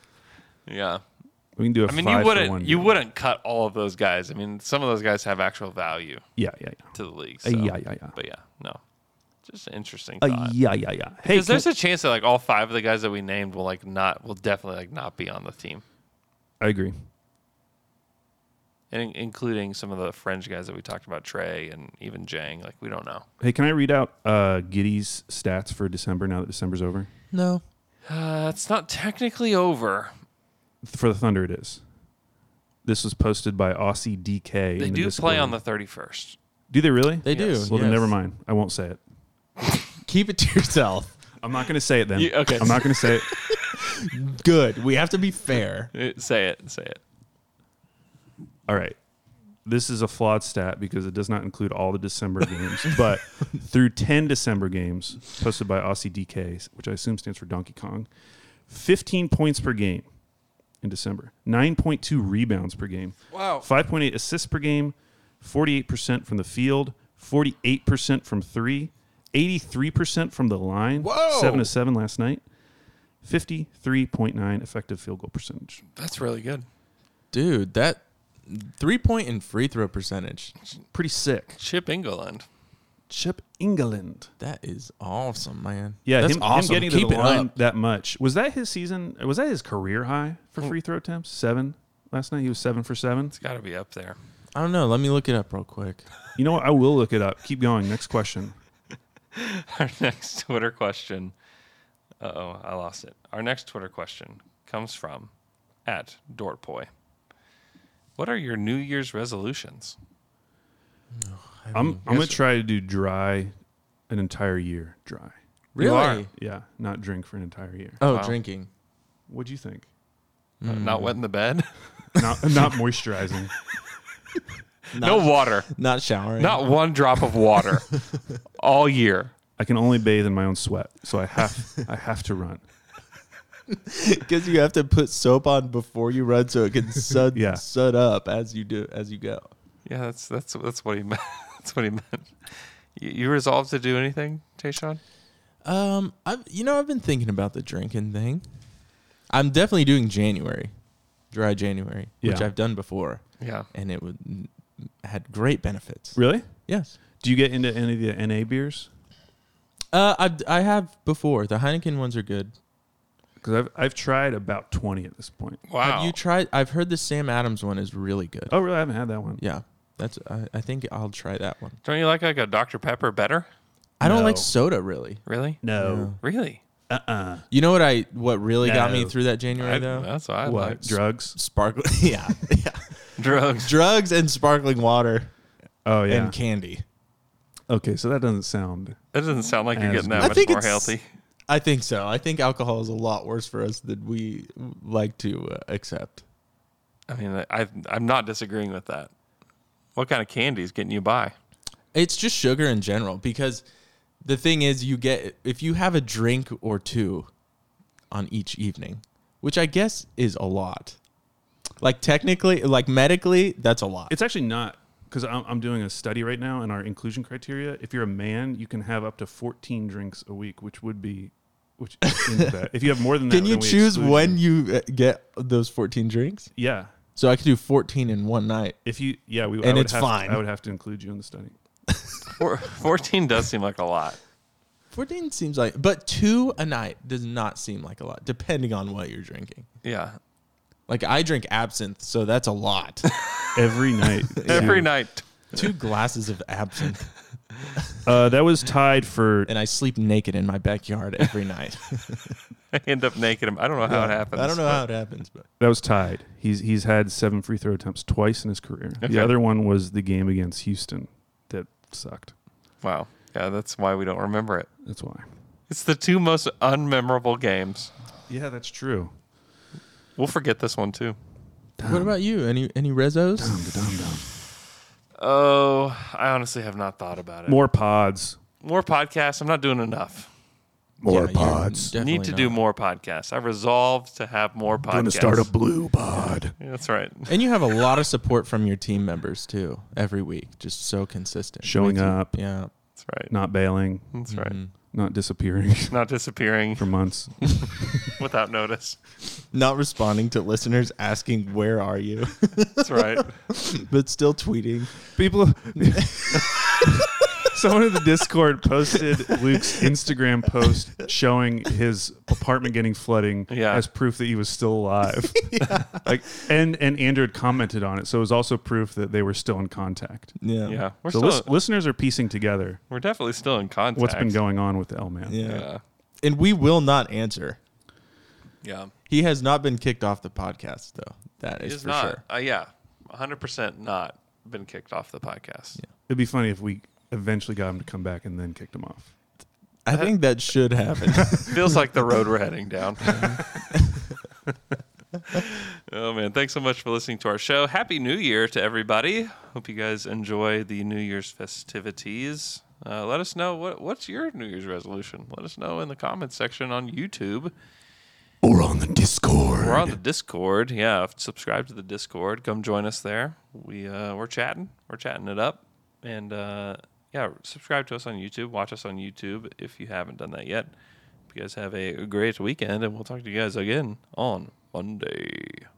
[SPEAKER 7] yeah.
[SPEAKER 8] we can do a
[SPEAKER 7] I mean, you
[SPEAKER 8] five for one
[SPEAKER 7] wouldn't you
[SPEAKER 8] deal.
[SPEAKER 7] wouldn't cut all of those guys. I mean, some of those guys have actual value
[SPEAKER 8] Yeah, yeah, yeah.
[SPEAKER 7] to the league.
[SPEAKER 8] Uh,
[SPEAKER 7] so-
[SPEAKER 8] yeah, yeah, yeah.
[SPEAKER 7] But yeah, no, just an interesting.
[SPEAKER 8] Uh,
[SPEAKER 7] thought.
[SPEAKER 8] yeah, yeah, yeah. Hey,
[SPEAKER 7] Because
[SPEAKER 8] can-
[SPEAKER 7] there's a chance that like all five of the guys that we named will like not will definitely like not be on the team,
[SPEAKER 8] I agree.
[SPEAKER 7] and including some of the fringe guys that we talked about, Trey and even Jang. Like we don't know.
[SPEAKER 8] Hey, can I read out uh, Giddy's stats for December now that December's over?
[SPEAKER 5] No.
[SPEAKER 7] Uh, it's not technically over.
[SPEAKER 8] For the Thunder, it is. This was posted by Aussie DK.
[SPEAKER 7] They
[SPEAKER 8] in the
[SPEAKER 7] do play
[SPEAKER 8] Discord.
[SPEAKER 7] on the 31st.
[SPEAKER 8] Do they really?
[SPEAKER 5] They do,
[SPEAKER 8] Well, then
[SPEAKER 5] yes.
[SPEAKER 8] never mind. I won't say it.
[SPEAKER 5] Keep it to yourself.
[SPEAKER 8] I'm not going to say it then.
[SPEAKER 5] You- okay.
[SPEAKER 8] I'm not going to say it.
[SPEAKER 5] Good. We have to be fair.
[SPEAKER 7] Eh, say it. Say it.
[SPEAKER 8] All right. This is a flawed stat because it does not include all the December games, but through 10 December games posted by Aussie DK, which I assume stands for Donkey Kong, 15 points per game in December, 9.2 rebounds per game,
[SPEAKER 7] Wow.
[SPEAKER 8] 5.8 assists per game, 48% from the field, 48% from three, 83% from the line,
[SPEAKER 7] Whoa.
[SPEAKER 8] 7 to 7 last night, 53.9 effective field goal percentage.
[SPEAKER 7] That's really good.
[SPEAKER 5] Dude, that three point and free throw percentage.
[SPEAKER 8] Pretty sick.
[SPEAKER 7] Chip England.
[SPEAKER 8] Chip England.
[SPEAKER 5] That is awesome, man.
[SPEAKER 8] Yeah,
[SPEAKER 5] That's
[SPEAKER 8] him, him
[SPEAKER 5] awesome.
[SPEAKER 8] getting
[SPEAKER 5] Keep
[SPEAKER 8] to
[SPEAKER 5] it
[SPEAKER 8] the line
[SPEAKER 5] up.
[SPEAKER 8] that much. Was that his season? Was that his career high for free throw attempts? Seven last night. He was seven for seven. It's
[SPEAKER 7] got to be up there.
[SPEAKER 5] I don't know. Let me look it up real quick.
[SPEAKER 8] You know what? I will look it up. Keep going. Next question.
[SPEAKER 7] Our next Twitter question. Uh oh, I lost it. Our next Twitter question comes from at Dortboy. What are your New Year's resolutions?
[SPEAKER 8] I am I'm gonna try to do dry an entire year. Dry.
[SPEAKER 5] Really? You are?
[SPEAKER 8] Yeah. Not drink for an entire year.
[SPEAKER 5] Oh, Wow. drinking.
[SPEAKER 8] What'd you think?
[SPEAKER 7] Uh, not wet in the bed.
[SPEAKER 8] Not not moisturizing.
[SPEAKER 7] no water.
[SPEAKER 5] Not showering.
[SPEAKER 7] Not one drop of water all year.
[SPEAKER 8] I can only bathe in my own sweat, so I have I have to run.
[SPEAKER 5] Because you have to put soap on before you run so it can sud sud up as you do as you go.
[SPEAKER 7] Yeah, that's that's that's what he meant. That's what he meant. You, you resolved to do anything, Tayshawn?
[SPEAKER 5] Um, I've you know I've been thinking about the drinking thing. I'm definitely doing January, dry January, which
[SPEAKER 8] Yeah.
[SPEAKER 5] I've done before.
[SPEAKER 7] Yeah.
[SPEAKER 5] and it would had great benefits.
[SPEAKER 8] Really?
[SPEAKER 5] Yes.
[SPEAKER 8] Do you get into any of the NA beers?
[SPEAKER 5] Uh, I've I have before the Heineken ones are good.
[SPEAKER 8] Because I've I've tried about twenty at this point.
[SPEAKER 5] Have you tried? I've heard the Sam Adams one is really good.
[SPEAKER 8] Oh, really? I haven't had that one.
[SPEAKER 5] Yeah, that's. I, I think I'll try that one.
[SPEAKER 7] Don't you like like a Dr Pepper better?
[SPEAKER 5] I don't like
[SPEAKER 7] No.
[SPEAKER 5] soda really.
[SPEAKER 7] Really?
[SPEAKER 8] No.
[SPEAKER 7] Really?
[SPEAKER 8] Uh uh
[SPEAKER 5] You know what I what really got
[SPEAKER 8] No.
[SPEAKER 5] me through that January
[SPEAKER 8] I-
[SPEAKER 5] though?
[SPEAKER 8] that's what I What, liked. drugs?
[SPEAKER 5] sparkling. Yeah, yeah.
[SPEAKER 7] Drugs,
[SPEAKER 5] drugs, and sparkling water.
[SPEAKER 8] Oh yeah.
[SPEAKER 5] and candy.
[SPEAKER 8] Okay, so that doesn't sound.
[SPEAKER 7] That doesn't sound like you're
[SPEAKER 8] as
[SPEAKER 7] getting that
[SPEAKER 8] good.
[SPEAKER 7] much more
[SPEAKER 5] it's-
[SPEAKER 7] healthy.
[SPEAKER 5] I think so. I think alcohol is a lot worse for us than we like to uh, accept.
[SPEAKER 7] I mean, I, I I'm not disagreeing with that. What kind of candy is getting you by?
[SPEAKER 5] It's just sugar in general because the thing is, you get if you have a drink or two on each evening, which I guess is a lot. Like technically, like medically, that's a lot.
[SPEAKER 8] It's actually not because I'm, I'm doing a study right now, and our inclusion criteria. If you're a man, you can have up to 14 drinks a week, which would be, which is that. if you have more than that,
[SPEAKER 5] can you
[SPEAKER 8] then we
[SPEAKER 5] choose
[SPEAKER 8] exclude
[SPEAKER 5] when you uh, get those fourteen drinks?
[SPEAKER 8] Yeah.
[SPEAKER 5] So I could do fourteen in one night.
[SPEAKER 8] If you, yeah, we. I
[SPEAKER 5] and
[SPEAKER 8] would
[SPEAKER 5] it's
[SPEAKER 8] have to-
[SPEAKER 5] fine.
[SPEAKER 8] I would have to include you in the study.
[SPEAKER 7] Four, Fourteen does seem like a lot.
[SPEAKER 5] 14 seems like, but two a night does not seem like a lot, depending on what you're drinking.
[SPEAKER 7] Yeah.
[SPEAKER 5] Like I drink absinthe, so that's a lot.
[SPEAKER 8] Every night.
[SPEAKER 7] Every night.
[SPEAKER 5] Two glasses of absinthe.
[SPEAKER 8] Uh, that was tied for.
[SPEAKER 5] And I sleep naked in my backyard every night.
[SPEAKER 7] I end up naked. I don't know how it
[SPEAKER 5] Yeah,
[SPEAKER 7] happens.
[SPEAKER 5] I don't know
[SPEAKER 7] but-
[SPEAKER 5] how it happens, but
[SPEAKER 8] That was tied. He's he's had seven free throw attempts twice in his career.
[SPEAKER 7] Okay.
[SPEAKER 8] The other one was the game against Houston that sucked.
[SPEAKER 7] Wow. Yeah, that's why we don't remember it.
[SPEAKER 8] That's why.
[SPEAKER 7] It's the two most unmemorable games.
[SPEAKER 8] Yeah, that's true.
[SPEAKER 7] We'll forget this one too.
[SPEAKER 5] what about you? Any any rezos?
[SPEAKER 7] Oh, I honestly have not thought about it.
[SPEAKER 8] More pods.
[SPEAKER 7] more podcasts. I'm not doing enough.
[SPEAKER 8] More pods.
[SPEAKER 7] Need to do more podcasts. I resolved to have more podcasts.
[SPEAKER 8] gonna start a blue pod.
[SPEAKER 7] Yeah, that's right.
[SPEAKER 5] And you have a lot of support from your team members too every week, just so consistent.
[SPEAKER 8] Showing
[SPEAKER 5] Makes you-
[SPEAKER 8] up.
[SPEAKER 5] Yeah.
[SPEAKER 7] That's right.
[SPEAKER 8] Not Mm-hmm. bailing.
[SPEAKER 7] That's right. Mhm.
[SPEAKER 8] Not disappearing.
[SPEAKER 7] Not disappearing
[SPEAKER 8] for months.
[SPEAKER 7] without notice.
[SPEAKER 5] Not responding to listeners asking where are you?
[SPEAKER 7] That's right.
[SPEAKER 5] but still tweeting.
[SPEAKER 8] People Someone in the Discord posted Luke's Instagram post showing his apartment getting flooding
[SPEAKER 7] Yeah.
[SPEAKER 8] as proof that he was still alive. Like and and Andrew had commented on it, so it was also proof that they were still in contact.
[SPEAKER 5] Yeah.
[SPEAKER 7] Yeah, we're
[SPEAKER 8] so
[SPEAKER 7] still-
[SPEAKER 8] lis- listeners are piecing together
[SPEAKER 7] We're definitely still in contact.
[SPEAKER 8] what's been going on with the L man.
[SPEAKER 5] Yeah.
[SPEAKER 7] Yeah.
[SPEAKER 5] And we will not answer.
[SPEAKER 7] Yeah.
[SPEAKER 5] He has not been kicked off the podcast though. That
[SPEAKER 7] It
[SPEAKER 5] is,
[SPEAKER 7] is
[SPEAKER 5] for
[SPEAKER 7] not.
[SPEAKER 5] sure.
[SPEAKER 7] Uh, yeah, 100% not been kicked off the podcast.
[SPEAKER 8] It'd be funny if we eventually got him to come back and then kicked him off.
[SPEAKER 5] I think that should happen.
[SPEAKER 7] Feels like the road we're heading down. oh man, thanks so much for listening to our show. Happy New Year to everybody. Hope you guys enjoy the New Year's festivities. Uh, let us know what what's your New Year's resolution. Let us know in the comments section on YouTube.
[SPEAKER 5] Or on the Discord.
[SPEAKER 7] We're on the Discord. Yeah, subscribe to the Discord. Come join us there. We uh, we're chatting. We're chatting it up. And uh, yeah, subscribe to us on YouTube. Watch us on YouTube if you haven't done that yet. Hope you guys have a great weekend, and we'll talk to you guys again on Monday.